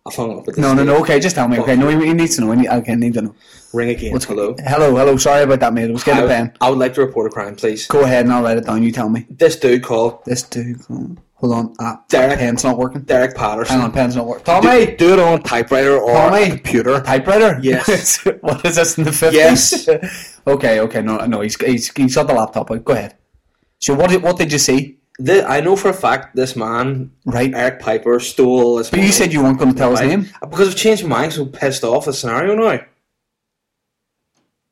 Speaker 5: I've hung up with this.
Speaker 4: No, no,
Speaker 5: dude.
Speaker 4: no. Okay, just tell me. Okay, no, he he needs to know. He need, okay, I need to know.
Speaker 5: Ring again.
Speaker 4: What's
Speaker 5: Hello.
Speaker 4: Hello, hello. Sorry about that, mate. I was
Speaker 5: I
Speaker 4: getting a
Speaker 5: would-
Speaker 4: pen.
Speaker 5: I would like to report a crime, please.
Speaker 4: Go ahead and I'll write it down. You tell me.
Speaker 5: This dude called
Speaker 4: This dude. Hold on. Ah,
Speaker 5: Derek.
Speaker 4: pen's not working.
Speaker 5: Derek Patterson.
Speaker 4: Hang on, pen's not working.
Speaker 5: Do-
Speaker 4: Tommy.
Speaker 5: Do, it on a typewriter or
Speaker 4: Tommy.
Speaker 5: a computer.
Speaker 4: Typewriter?
Speaker 5: Yes.
Speaker 4: what is this in the fifties?
Speaker 5: Yes.
Speaker 4: okay, okay, no, no, he's he's he's got the laptop out. Go ahead. So what did what did you see?
Speaker 5: Th I know for a fact this man,
Speaker 4: Right.
Speaker 5: Eric Piper, stole this.
Speaker 4: But you said you weren't going to tell his name.
Speaker 5: because I've changed my mind. So pissed off. The scenario now.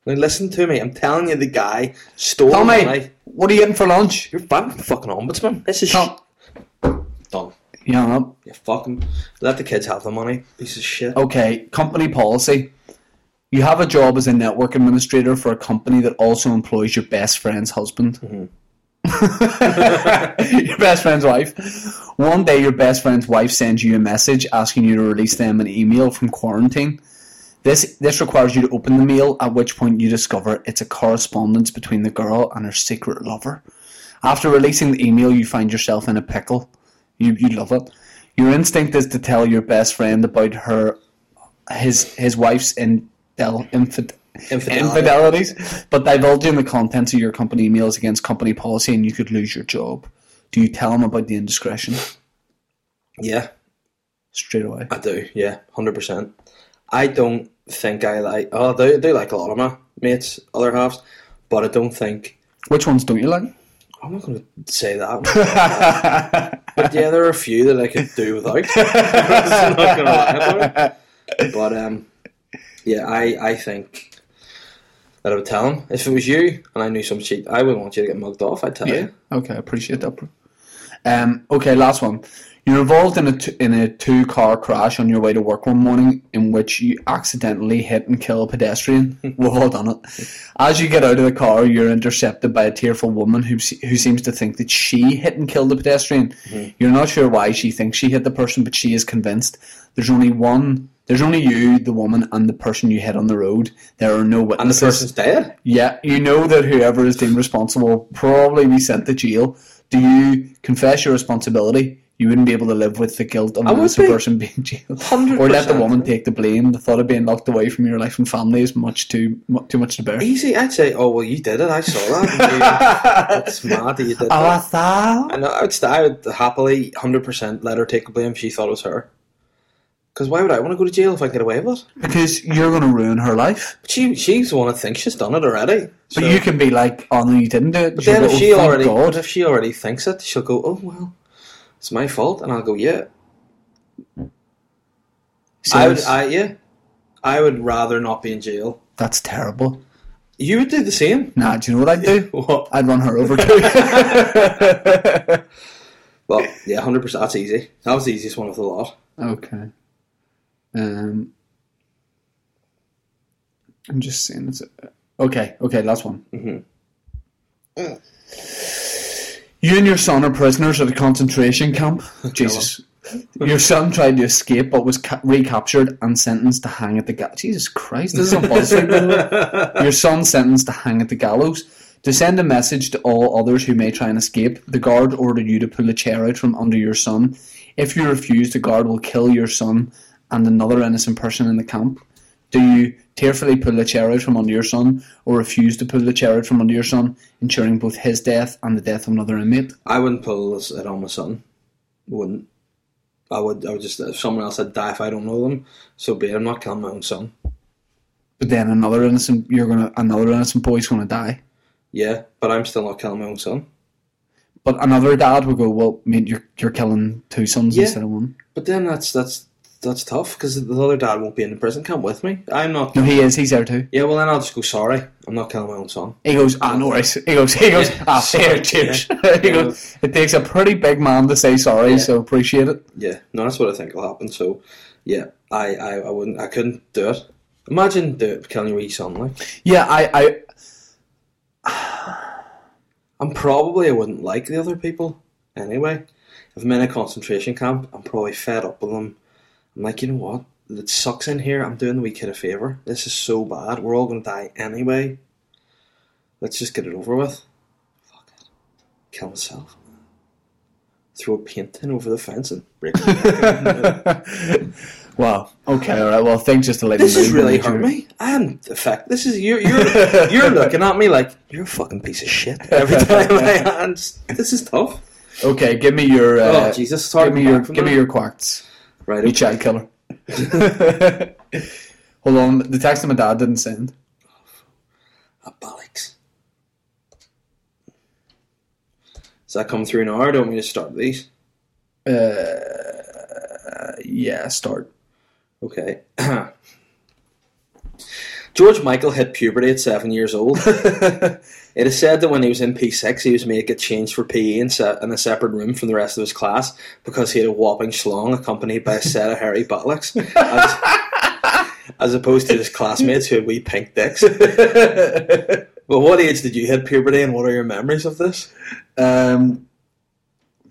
Speaker 5: Now listen to me. I'm telling you, the guy stole
Speaker 4: Tommy,
Speaker 5: my.
Speaker 4: what are you getting for lunch?
Speaker 5: You're fucking fucking ombudsman. This is sh-
Speaker 4: Tom,
Speaker 5: done.
Speaker 4: you hung up.
Speaker 5: You fucking let the kids have the money. Piece of shit.
Speaker 4: Okay, company policy. You have a job as a network administrator for a company that also employs your best friend's husband. your best friend's wife. One day, your best friend's wife sends you a message asking you to release them an email from quarantine. This this requires you to open the mail, at which point you discover it's a correspondence between the girl and her secret lover. After releasing the email, you find yourself in a pickle. You you love it. Your instinct is to tell your best friend about her his his wife's indel, infid,
Speaker 5: Infidelity.
Speaker 4: infidelities, but divulging the contents of your company email is against company policy, and you could lose your job. Do you tell him about the indiscretion
Speaker 5: Yeah,
Speaker 4: straight away?
Speaker 5: I do. Yeah, hundred percent. I don't think I like. Oh, they they like a lot of my mates, other halves, but I don't think
Speaker 4: Which ones don't you like?
Speaker 5: I'm not going to say that. but yeah, there are a few that I could do without. I'm not going to lie about it. But um, yeah, I, I think that I would tell him. If it was you and I knew some cheat, I wouldn't want you to get mugged off, I'd tell
Speaker 4: Yeah.
Speaker 5: you.
Speaker 4: Okay, I appreciate that. bro. Um, okay, last one. You're involved in a t- in a two car crash on your way to work one morning in which you accidentally hit and kill a pedestrian. We've all done it. As you get out of the car, you're intercepted by a tearful woman who se- who seems to think that she hit and killed the pedestrian.
Speaker 5: Mm-hmm.
Speaker 4: You're not sure why she thinks she hit the person, but she is convinced. There's only one. There's only you, the woman, and the person you hit on the road. There are no witnesses.
Speaker 5: And the person's dead.
Speaker 4: Yeah, you know that whoever is deemed responsible will probably be sent to jail. Do you confess your responsibility? You wouldn't be able to live with the guilt of an
Speaker 5: would
Speaker 4: innocent
Speaker 5: be.
Speaker 4: person being jailed,
Speaker 5: 100%.
Speaker 4: or let the woman take the blame. The thought of being locked away from your life and family is much too mu- too much to bear.
Speaker 5: Easy, I'd say, oh, well, you did it, I saw that. It's mad that you did
Speaker 4: Oh, I
Speaker 5: that.
Speaker 4: thought.
Speaker 5: And I would, st- I would happily, 100% let her take the blame if she thought it was her. Because why would I want to go to jail if I can get away with it?
Speaker 4: because you're going to ruin her life.
Speaker 5: But she, she's the one that thinks she's done it already.
Speaker 4: But
Speaker 5: So-
Speaker 4: you can be like, "Oh no, you didn't do it." "Oh,
Speaker 5: But then if she already,
Speaker 4: God.
Speaker 5: but if she already thinks it, she'll go, "Oh well, it's my fault," and I'll go, "Yeah, I would,
Speaker 4: Serious?
Speaker 5: I yeah, I would rather not be in jail."
Speaker 4: that's terrible.
Speaker 5: You would do the same.
Speaker 4: Nah, do you know what I'd do?
Speaker 5: What?
Speaker 4: I'd run her over too.
Speaker 5: Well, yeah, hundred percent. That's easy. That was the easiest one of the lot.
Speaker 4: Okay. Um, I'm just saying it's okay. Okay, last one. You and your son are prisoners at a concentration camp. Jesus. Your son tried to escape but was ca- recaptured and sentenced to hang at the gallows. Jesus Christ, this is on Buzz Feed, by the way. Your son sentenced to hang at the gallows. To send a message to all others who may try and escape, the guard ordered you to pull a chair out from under your son. If you refuse, the guard will kill your son and another innocent person in the camp. Do you tearfully pull the chair out from under your son, or refuse to pull the chair out from under your son, ensuring both his death and the death of another inmate?
Speaker 5: I wouldn't pull this at on my son. Wouldn't. I would. I would just if someone else had die if I don't know them. So be it. I'm not killing my own son.
Speaker 4: But then another innocent, you're gonna another innocent boy's gonna die.
Speaker 5: Yeah, but I'm still not killing my own son.
Speaker 4: But another dad will go, well, mate, you're you're killing two sons
Speaker 5: Yeah.
Speaker 4: instead of one.
Speaker 5: But then that's that's that's tough because the other dad won't be in the prison camp with me. I'm not.
Speaker 4: No, he is. He's there too.
Speaker 5: Yeah, well then I'll just go. Sorry, I'm not killing my own son.
Speaker 4: He goes, ah, no worries. He goes, he goes,
Speaker 5: Yeah.
Speaker 4: ah, fair
Speaker 5: Sorry.
Speaker 4: cheers.
Speaker 5: Yeah.
Speaker 4: he goes, it takes a pretty big man to say sorry, so appreciate it.
Speaker 5: Yeah, no, that's what I think will happen. So, yeah, I, I, I wouldn't, I couldn't do it. Imagine do it, killing your wee son. Like,
Speaker 4: Yeah, I, I,
Speaker 5: I'm probably I wouldn't like the other people anyway. If I'm in a concentration camp, I'm probably fed up with them. I'm like, you know what? It sucks in here. I'm doing the wee kid a favor. This is so bad. We're all gonna die anyway. Let's just get it over with. Fuck it. Kill myself. Throw a paint tin over the fence and break. it.
Speaker 4: wow. Okay, all right. Well, thanks just to let
Speaker 5: This
Speaker 4: you know.
Speaker 5: has really
Speaker 4: that you're-
Speaker 5: hurt me. I am the fact. This is you're you're you're looking at me like you're a fucking piece of shit every time. I, and this is tough.
Speaker 4: Okay, give me your. Uh,
Speaker 5: Oh, Jesus, sorry,
Speaker 4: Give me
Speaker 5: I'm
Speaker 4: your.
Speaker 5: back from
Speaker 4: Give me
Speaker 5: that.
Speaker 4: your quarks.
Speaker 5: Right.
Speaker 4: You
Speaker 5: Okay.
Speaker 4: child killer. Hold on. The text that my dad didn't send.
Speaker 5: Ah, bollocks. Does that come through now? Or do you want me to start these?
Speaker 4: Yeah, start.
Speaker 5: Okay. George Michael hit puberty at seven years old. it is said that when he was in P6, he was made to get changed for PE in, se- in a separate room from the rest of his class because he had a whopping schlong accompanied by a set of hairy buttocks, as, as opposed to his classmates who had wee pink dicks. well, what age did you hit puberty and what are your memories of this?
Speaker 4: Um,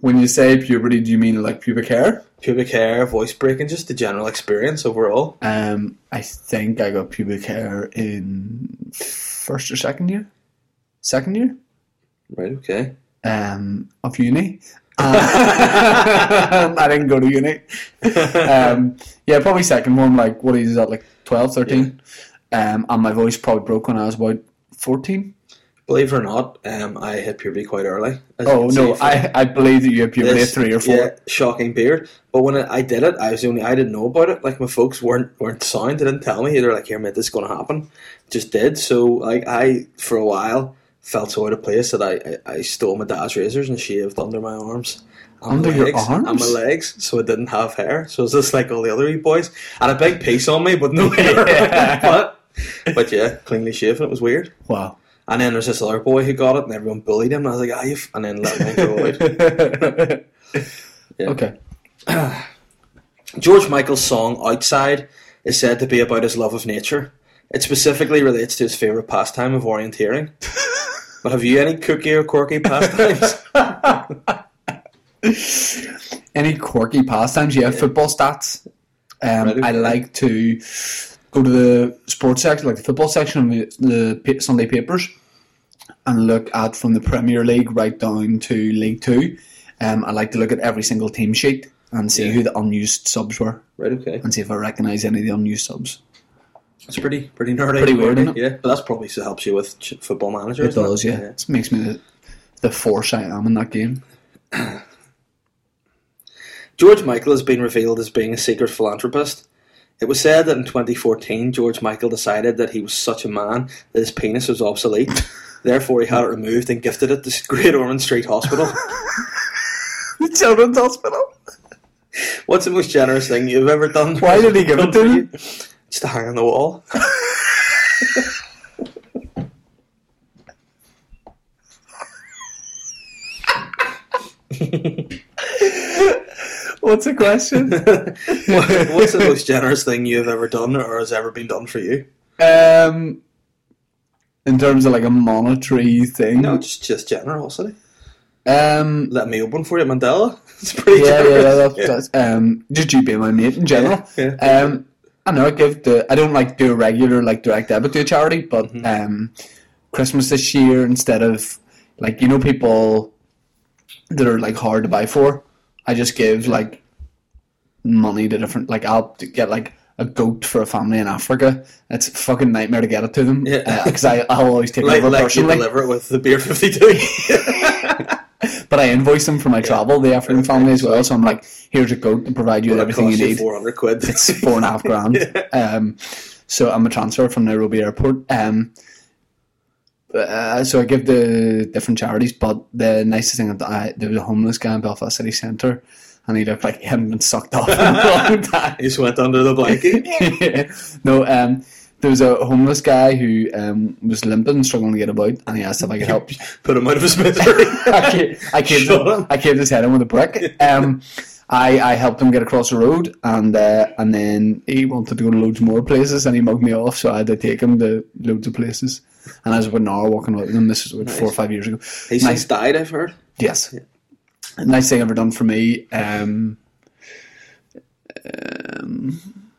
Speaker 4: when you say puberty, do you mean like pubic hair?
Speaker 5: Pubic hair, voice break, and just the general experience overall.
Speaker 4: Um, I think I got pubic hair in first or second year. Second year.
Speaker 5: Right, okay.
Speaker 4: um, of uni. Um, I didn't go to uni. Um, yeah, probably second one, like, what is that, like 12, 13? Um, and my voice probably broke when I was about 14.
Speaker 5: believe it or not, um, I hit puberty quite early. as you
Speaker 4: Oh
Speaker 5: can
Speaker 4: no,
Speaker 5: see from
Speaker 4: I, I believe that you have puberty at
Speaker 5: this,
Speaker 4: three or four.
Speaker 5: yeah, shocking beard. But when I I did it, I was the only I didn't know about it. Like my folks weren't weren't sound. They didn't tell me. They were like, "Here, mate, this is going to happen." Just did. So like I for a while felt so out of place that I I, I stole my dad's razors and shaved under my arms. and my
Speaker 4: Under your
Speaker 5: legs, And my
Speaker 4: arms?
Speaker 5: legs, so I didn't have hair. So it's just like all the other wee boys. I had a big piece on me, but no hair.
Speaker 4: Yeah.
Speaker 5: but, but yeah, cleanly shaven. It was weird.
Speaker 4: Wow.
Speaker 5: And then there's this other boy who got it, and everyone bullied him. And I was like, ah, you f-, and then let me go out.
Speaker 4: Okay.
Speaker 5: George Michael's song Outside is said to be about his love of nature. It specifically relates to his favourite pastime of orienteering. but have you any kooky or quirky pastimes?
Speaker 4: Any quirky pastimes? Yeah, football stats. Um,
Speaker 5: Ready?
Speaker 4: I like to go to the sports section, like the football section of the, the pa- Sunday papers, and look at from the Premier League right down to League Two. Um, I like to look at every single team sheet and see
Speaker 5: Yeah.
Speaker 4: who the unused subs were,
Speaker 5: right, okay.
Speaker 4: and see if I recognise any of the unused subs.
Speaker 5: It's pretty pretty nerdy.
Speaker 4: Pretty weird, isn't it?
Speaker 5: Yeah, but that's probably so helps you with ch- football manager.
Speaker 4: It
Speaker 5: isn't
Speaker 4: does, yeah. It makes me the, the force I am in that game.
Speaker 5: George Michael has been revealed as being a secret philanthropist. It was said that in 2014, George Michael decided that he was such a man that his penis was obsolete. Therefore, he had it removed and gifted it to Great Ormond Street Hospital.
Speaker 4: The children's hospital.
Speaker 5: What's the most generous thing you've ever done?
Speaker 4: Why did he give it to you?
Speaker 5: Just to hang on the wall.
Speaker 4: What's the question?
Speaker 5: What's the most generous thing you've ever done or has ever been done for you?
Speaker 4: Um, in terms of like a monetary thing,
Speaker 5: No, just just generosity.
Speaker 4: um,
Speaker 5: Let me open for you, Mandela. It's pretty
Speaker 4: yeah, yeah,
Speaker 5: generous.
Speaker 4: yeah, that's, that's um, just you being my mate in general.
Speaker 5: Yeah,
Speaker 4: Um, I know I give the I don't like do a regular like direct debit to a charity, but
Speaker 5: Mm-hmm.
Speaker 4: um, Christmas this year instead of like you know people that are like hard to buy for, I just give like money to different like I'll t- get like a goat for a family in Africa. It's a fucking nightmare to get it to them
Speaker 5: Yeah.
Speaker 4: because I I'll always take
Speaker 5: Like,
Speaker 4: it over
Speaker 5: like you
Speaker 4: personally.
Speaker 5: deliver it with the beer 52.
Speaker 4: But I invoice them for my travel, the African family as well. So I'm like, here's a goat to provide you with
Speaker 5: that
Speaker 4: everything you
Speaker 5: costs you
Speaker 4: need.
Speaker 5: 400 quid.
Speaker 4: It's four and a half grand. Um, so I'm a transfer from Nairobi airport. Um, uh, so I give the different charities, but the nicest thing that I, there was a homeless guy in Belfast City Centre, and he looked like he hadn't been sucked off in a long time.
Speaker 5: You just went under the blanket.
Speaker 4: no, um, there was a homeless guy who um, was limping, struggling to get about, and he asked if I could help.
Speaker 5: Put him out of his misery.
Speaker 4: I caved, I caved,
Speaker 5: Shut up.
Speaker 4: I caved his head in with a brick. Um, I, I helped him get across the road, and uh, and then he wanted to go to loads more places, and he mugged me off, so I had to take him to loads of places. And I was about an hour walking with him. This was about four or five years ago.
Speaker 5: He's
Speaker 4: nice,
Speaker 5: since died, I've heard.
Speaker 4: yes. Nice thing ever done for me. Um, um,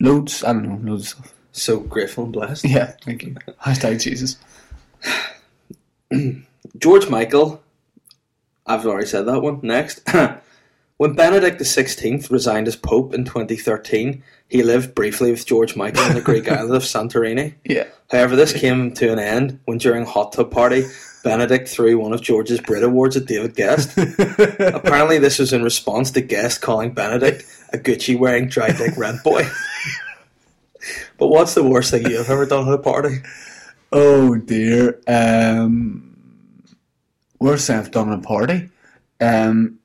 Speaker 4: loads. I don't know. Loads of stuff.
Speaker 5: So grateful and blessed.
Speaker 4: Yeah. Thank you. Hashtag Jesus.
Speaker 5: George Michael. I've already said that one. Next. when Benedict XVI resigned as Pope in 2013, he lived briefly with George Michael on the Greek island of Santorini.
Speaker 4: Yeah.
Speaker 5: However, this came to an end when during a hot tub party, Benedict threw one of George's Brit Awards at David Guest. Apparently, this was in response to Guest calling Benedict a Gucci wearing dry dick rent boy. but what's the worst thing you've ever done at a party?
Speaker 4: Oh dear. Um, worst thing I've done at a party. Um,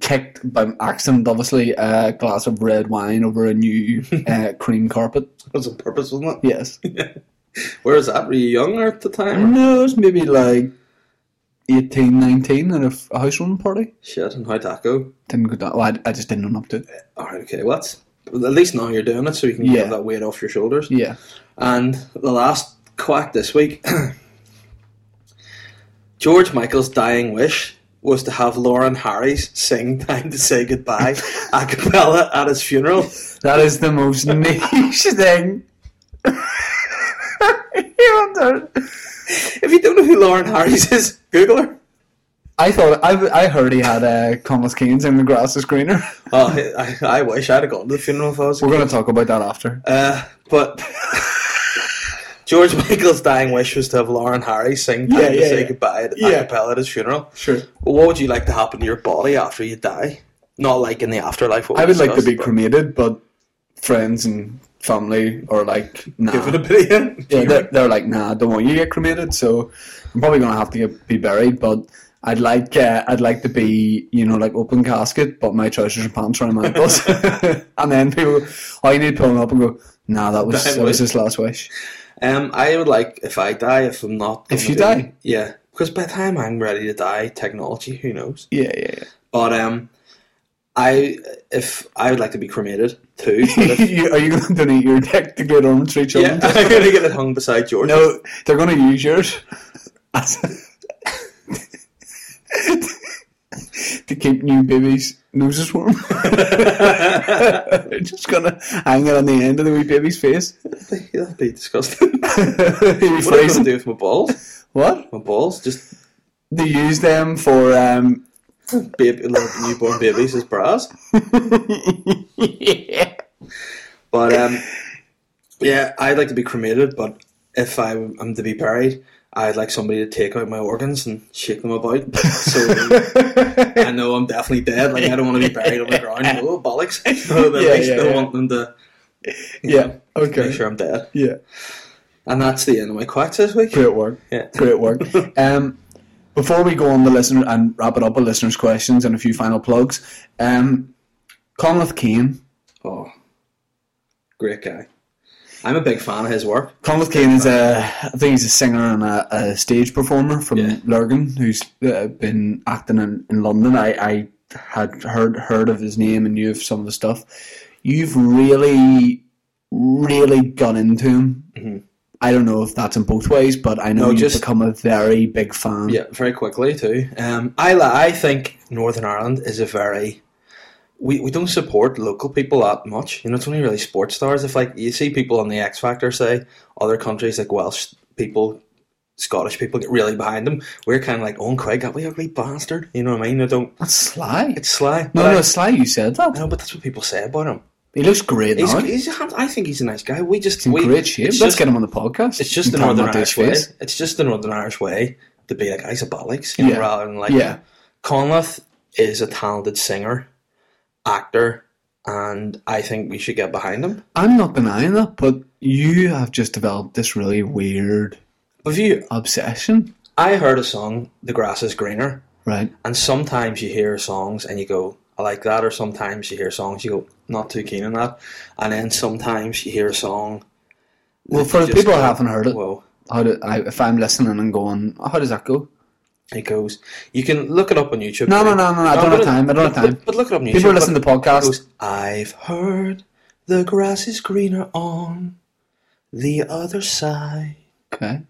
Speaker 4: kicked by accident, obviously, a glass of red wine over a new uh, cream carpet.
Speaker 5: It was on purpose, wasn't it?
Speaker 4: Yes.
Speaker 5: Where was that? Were you younger at the time? or-
Speaker 4: No, it's maybe like 18, 19 at a, f- a housewarming party.
Speaker 5: Shit, and how'd that go?
Speaker 4: Didn't go down. Well, I, I just didn't own up to it.
Speaker 5: Alright, okay, well that's at least now you're doing it so you can
Speaker 4: Yeah.
Speaker 5: get that weight off your shoulders.
Speaker 4: Yeah.
Speaker 5: And the last quack this week George Michael's dying wish was to have Lauren Harris sing Time to Say Goodbye a cappella at his funeral.
Speaker 4: That is the most niche thing. You don't-
Speaker 5: If you don't know who Lauren Harris is, Google her.
Speaker 4: I thought I, I heard he had uh, Thomas Keynes and the grass is greener.
Speaker 5: Oh, I, I, I wish I'd have gone to the funeral if I was a
Speaker 4: We're going to talk about that after.
Speaker 5: Uh, but George Michael's dying wish was to have Lauren Harry sing "Time
Speaker 4: Yeah,
Speaker 5: to
Speaker 4: yeah,
Speaker 5: Say
Speaker 4: yeah.
Speaker 5: Goodbye" at,
Speaker 4: Yeah.
Speaker 5: a cappella at his funeral.
Speaker 4: Sure.
Speaker 5: But what would you like to happen to your body after you die? Not like in the afterlife. what we
Speaker 4: I would like to
Speaker 5: discussed,
Speaker 4: be
Speaker 5: but
Speaker 4: cremated, but friends and family are like, nah.
Speaker 5: Give it a bit of hint.
Speaker 4: yeah, they're, they're like, nah, I don't want you to get cremated, so I'm probably gonna have to get, be buried. But I'd like, uh, I'd like to be, you know, like open casket, but my trousers and pants around my ankles, and then people, all you need to pull them up and go, nah, that was
Speaker 5: That
Speaker 4: that, was
Speaker 5: was-
Speaker 4: his last wish.
Speaker 5: Um, I would like if I die, if I'm not.
Speaker 4: If
Speaker 5: gonna
Speaker 4: you
Speaker 5: be-
Speaker 4: die?
Speaker 5: yeah, because by the time I'm ready to die, technology, who knows?
Speaker 4: Yeah, yeah,
Speaker 5: But um, I if I would like to be cremated too. But
Speaker 4: yeah.
Speaker 5: if,
Speaker 4: you, are you gonna donate your dick to get on tree
Speaker 5: yeah,
Speaker 4: children?
Speaker 5: I'm gonna get it hung beside George.
Speaker 4: No, they're gonna use yours as to keep new babies' noses warm. they're just gonna hang it on the end of the wee baby's face.
Speaker 5: that'd be disgusting.
Speaker 4: Wee
Speaker 5: what am I
Speaker 4: face.
Speaker 5: gonna do with my balls?
Speaker 4: what?
Speaker 5: My balls just
Speaker 4: They use them for um
Speaker 5: baby, little newborn babies as bras.
Speaker 4: yeah.
Speaker 5: But um, yeah, I'd like to be cremated. But if I, am to be buried, I'd like somebody to take out my organs and shake them about. So um, I know I'm definitely dead. Like I don't want to be buried on the ground. Oh bollocks! But at
Speaker 4: Yeah,
Speaker 5: least
Speaker 4: yeah,
Speaker 5: I
Speaker 4: yeah.
Speaker 5: want them to
Speaker 4: Yeah.
Speaker 5: make
Speaker 4: Okay.
Speaker 5: sure I'm dead.
Speaker 4: Yeah.
Speaker 5: And that's the end of my quacks this week.
Speaker 4: Great work.
Speaker 5: Yeah.
Speaker 4: Great work. um, before we go on the listener and wrap it up with listeners' questions and a few final plugs, um, Conleth Kane.
Speaker 5: Oh, great guy. I'm a big fan of his work.
Speaker 4: Conleth Kane is a, I think he's a singer and a, a stage performer from
Speaker 5: Yeah.
Speaker 4: Lurgan, who's uh, been acting in, in London. I, I had heard heard of his name and knew of some of the stuff. You've really, really gone into him. I don't know if that's in both ways, but I know
Speaker 5: Mm-hmm. No,
Speaker 4: you've
Speaker 5: just-
Speaker 4: become a very big fan.
Speaker 5: Yeah, very quickly too. Um, I li- I think Northern Ireland is a very we, we don't support local people that much. You know, it's only really sports stars. If like you see people on the X Factor, say other countries like Welsh people, Scottish people get really behind them. We're kind of like, oh, Craig, that we ugly bastard. You know what I mean? I don't.
Speaker 4: That's sly.
Speaker 5: It's sly.
Speaker 4: No,
Speaker 5: but I-
Speaker 4: no, Sly, you said
Speaker 5: I
Speaker 4: that.
Speaker 5: know, but that's what people say about him.
Speaker 4: He looks great
Speaker 5: He's,
Speaker 4: now. He's
Speaker 5: he's, I think he's a nice guy. We just
Speaker 4: in
Speaker 5: we,
Speaker 4: great shape. Let's
Speaker 5: it's just-
Speaker 4: get him on the podcast.
Speaker 5: It's just the
Speaker 4: and tell him
Speaker 5: Northern
Speaker 4: not to his
Speaker 5: Irish way.
Speaker 4: face.
Speaker 5: It's just the Northern Irish way to be like isobolics, you know,
Speaker 4: Yeah.
Speaker 5: rather than like
Speaker 4: Yeah.
Speaker 5: Conlath is a talented singer, actor, and I think we should get behind him.
Speaker 4: I'm not denying that, but you have just developed this really weird
Speaker 5: But if you,
Speaker 4: obsession,
Speaker 5: I heard a song, "The Grass Is Greener,"
Speaker 4: right?
Speaker 5: and sometimes you hear songs and you go, "I like that," or sometimes you hear songs you go, "Not too keen on that," and then sometimes you hear a song.
Speaker 4: Well,
Speaker 5: that
Speaker 4: for
Speaker 5: you
Speaker 4: the
Speaker 5: just
Speaker 4: people who
Speaker 5: go,
Speaker 4: haven't heard it,
Speaker 5: Whoa.
Speaker 4: how do I, if I'm listening and going, how does that go?
Speaker 5: It goes. You can look it up on YouTube.
Speaker 4: No, no, no, no, no, I don't
Speaker 5: but
Speaker 4: have
Speaker 5: it-
Speaker 4: time, I don't have
Speaker 5: but-
Speaker 4: time.
Speaker 5: But, look it up on YouTube.
Speaker 4: People who
Speaker 5: but-
Speaker 4: listen to podcasts,
Speaker 5: goes, I've heard the grass is greener on the other side.
Speaker 4: okay?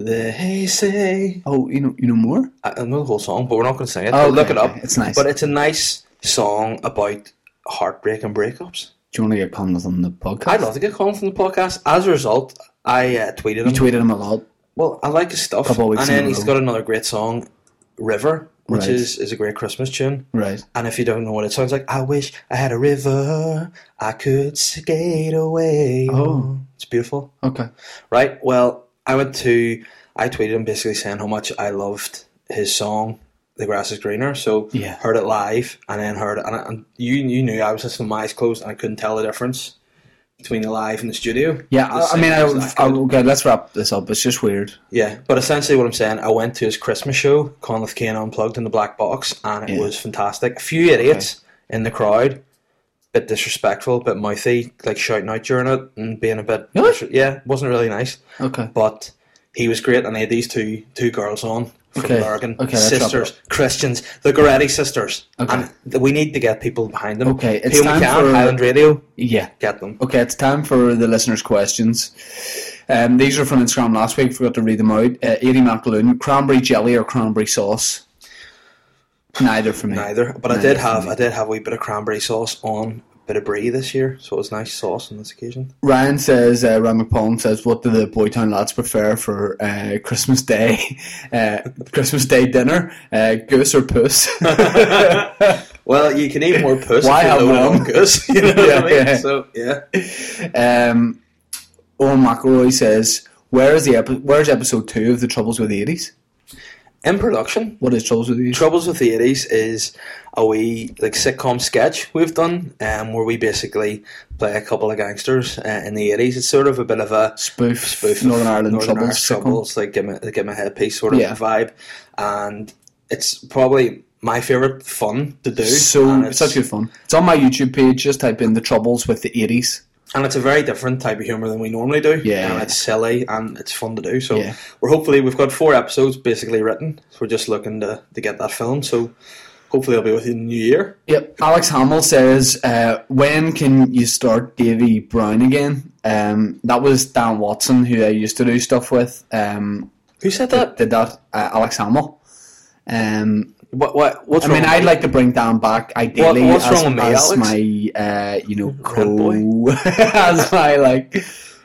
Speaker 5: They say.
Speaker 4: Oh, you know, you know more.
Speaker 5: I I know the whole song, but we're not going to sing it.
Speaker 4: Oh,
Speaker 5: but look
Speaker 4: okay,
Speaker 5: it up.
Speaker 4: okay, it's nice.
Speaker 5: But it's a nice song about heartbreak and breakups.
Speaker 4: Do you want to get Conleth on the podcast?
Speaker 5: I'd love to get Colin from the podcast. As a result, I uh, tweeted
Speaker 4: You
Speaker 5: him.
Speaker 4: tweeted him a lot.
Speaker 5: well, I like his stuff.
Speaker 4: Couple of weeks
Speaker 5: and then
Speaker 4: in a
Speaker 5: he's
Speaker 4: row.
Speaker 5: got another great song, River, which
Speaker 4: Right.
Speaker 5: is, is a great Christmas tune.
Speaker 4: Right.
Speaker 5: And if you don't know what it sounds like, I wish I had a river I could skate away.
Speaker 4: Oh.
Speaker 5: on." it's beautiful,
Speaker 4: Okay.
Speaker 5: right? Well, I went to I tweeted him basically saying how much I loved his song "The Grass Is Greener." So
Speaker 4: Yeah.
Speaker 5: heard it live and then heard it, and, I, and you you knew I was listening with my eyes closed and I couldn't tell the difference between the live and the studio.
Speaker 4: Yeah,
Speaker 5: The
Speaker 4: I, I
Speaker 5: singing
Speaker 4: mean, I,
Speaker 5: was that
Speaker 4: I,
Speaker 5: good.
Speaker 4: okay, let's wrap this up. It's just weird.
Speaker 5: Yeah, but essentially what I'm saying, I went to his Christmas show, Conleth Kane Unplugged in the Black Box, and it
Speaker 4: Yeah.
Speaker 5: was fantastic. A few idiots in the crowd, bit disrespectful, bit mouthy, like shouting out during it and being a bit.
Speaker 4: Really?
Speaker 5: disre- Yeah, wasn't really nice.
Speaker 4: Okay.
Speaker 5: But he was great, and they had these two two girls on from
Speaker 4: Okay,
Speaker 5: Bergen,
Speaker 4: okay, let's wrap it
Speaker 5: sisters, Christians, the Goretti sisters.
Speaker 4: Okay.
Speaker 5: And th- we need to get people behind them.
Speaker 4: Okay, it's
Speaker 5: People
Speaker 4: time
Speaker 5: we can,
Speaker 4: for-
Speaker 5: Highland Radio,
Speaker 4: Yeah.
Speaker 5: get them.
Speaker 4: Okay, it's time for the listeners' questions. Um, these are from Instagram last week. Forgot to read them out. Uh, Eddie McAloon, cranberry jelly or cranberry sauce? Neither for me.
Speaker 5: Neither, but I
Speaker 4: Neither
Speaker 5: did
Speaker 4: for
Speaker 5: have
Speaker 4: me.
Speaker 5: I did have a wee bit of cranberry sauce on a bit of brie this year, so it was nice sauce on this occasion.
Speaker 4: Ryan says, uh, Ryan McPalm says, what do the Boytown lads prefer for uh, Christmas Day, uh, Christmas Day dinner? Uh, goose or puss?
Speaker 5: Well, you can eat more puss.
Speaker 4: Why
Speaker 5: if you
Speaker 4: have
Speaker 5: load
Speaker 4: one?
Speaker 5: on goose? You know
Speaker 4: Yeah,
Speaker 5: what I mean?
Speaker 4: yeah.
Speaker 5: So yeah,
Speaker 4: um, Owen McElroy says, "Where is the epi- where's episode two of the Troubles with the Eighties?
Speaker 5: In production,
Speaker 4: What is Troubles with the 80s?
Speaker 5: Troubles with the 80s is a wee like sitcom sketch we've done um, where we basically play a couple of gangsters uh, in the 80s. It's sort of a bit of a
Speaker 4: spoof,
Speaker 5: spoof
Speaker 4: Northern
Speaker 5: of
Speaker 4: Ireland Troubles
Speaker 5: Irish
Speaker 4: sitcom.
Speaker 5: Troubles, like give me, like, give me a headpiece sort of
Speaker 4: Yeah.
Speaker 5: vibe. And it's probably my favourite fun to do.
Speaker 4: So
Speaker 5: and
Speaker 4: it's such good fun. It's on my YouTube page. Just type in the Troubles with the Eighties.
Speaker 5: and it's a very different type of humor than we normally do.
Speaker 4: Yeah.
Speaker 5: and it's silly and it's fun to do. So
Speaker 4: Yeah.
Speaker 5: we're hopefully we've got four episodes basically written. So we're just looking to, to get that filmed. So hopefully it'll be within the new year.
Speaker 4: Yep. Alex Hamill says, uh, "When can you start Davy Brown again?" Um, that was Dan Watson, who I used to do stuff with. Um,
Speaker 5: Who said that?
Speaker 4: did that uh, Alex Hamill. Um,
Speaker 5: What? What? What's
Speaker 4: I mean,
Speaker 5: wrong
Speaker 4: I'd
Speaker 5: with
Speaker 4: like to bring Dan back ideally
Speaker 5: what's
Speaker 4: as,
Speaker 5: wrong with me,
Speaker 4: as
Speaker 5: Alex?
Speaker 4: my, uh, you know, co,
Speaker 5: boy?
Speaker 4: as my like,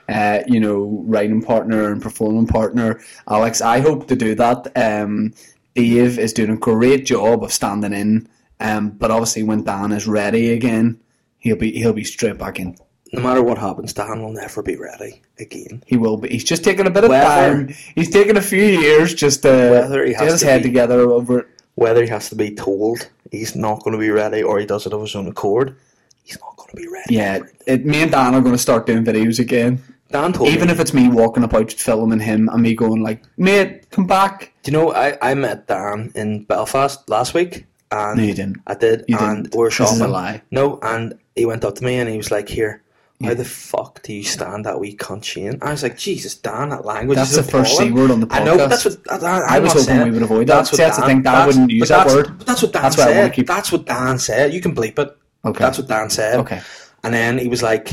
Speaker 4: uh, you know, writing partner and performing partner. Alex, I hope to do that. Um, Dave is doing a great job of standing in, um, but obviously when Dan is ready again, he'll be he'll be straight back in.
Speaker 5: no matter what happens, Dan will never be ready again.
Speaker 4: He will be. He's just taking a bit of
Speaker 5: Whether-
Speaker 4: time. He's taking a few years just to
Speaker 5: Whether he
Speaker 4: get
Speaker 5: has
Speaker 4: his
Speaker 5: to
Speaker 4: head
Speaker 5: be-
Speaker 4: together over it.
Speaker 5: Whether he has to be told he's not going to be ready, or he does it of his own accord, he's not going to be ready.
Speaker 4: Yeah, it, me and Dan are going to start doing videos again.
Speaker 5: Dan told
Speaker 4: Even
Speaker 5: me.
Speaker 4: if it's me walking about filming him and me going like, mate, come back.
Speaker 5: Do you know, I, I met Dan in Belfast last week. And
Speaker 4: No, you didn't.
Speaker 5: I did.
Speaker 4: You
Speaker 5: and
Speaker 4: didn't.
Speaker 5: we were
Speaker 4: This is a
Speaker 5: shopping.
Speaker 4: lie.
Speaker 5: No, and he went up to me and he was like, Here, how the fuck do you stand that wee cunt Shane? I was like, Jesus, Dan, that language
Speaker 4: That's
Speaker 5: is
Speaker 4: the first
Speaker 5: appalling."
Speaker 4: C word on the
Speaker 5: I know,
Speaker 4: podcast.
Speaker 5: but that's what I, I,
Speaker 4: I was hoping we would avoid that.
Speaker 5: That's what
Speaker 4: See, that's the
Speaker 5: Dan,
Speaker 4: thing, Dan
Speaker 5: that's-
Speaker 4: wouldn't use
Speaker 5: but
Speaker 4: that
Speaker 5: that's-
Speaker 4: word.
Speaker 5: but That's what Dan
Speaker 4: That's why I wanna
Speaker 5: said.
Speaker 4: keep-
Speaker 5: That's what Dan said. You can bleep it.
Speaker 4: Okay.
Speaker 5: That's what Dan said.
Speaker 4: Okay.
Speaker 5: And then he was like,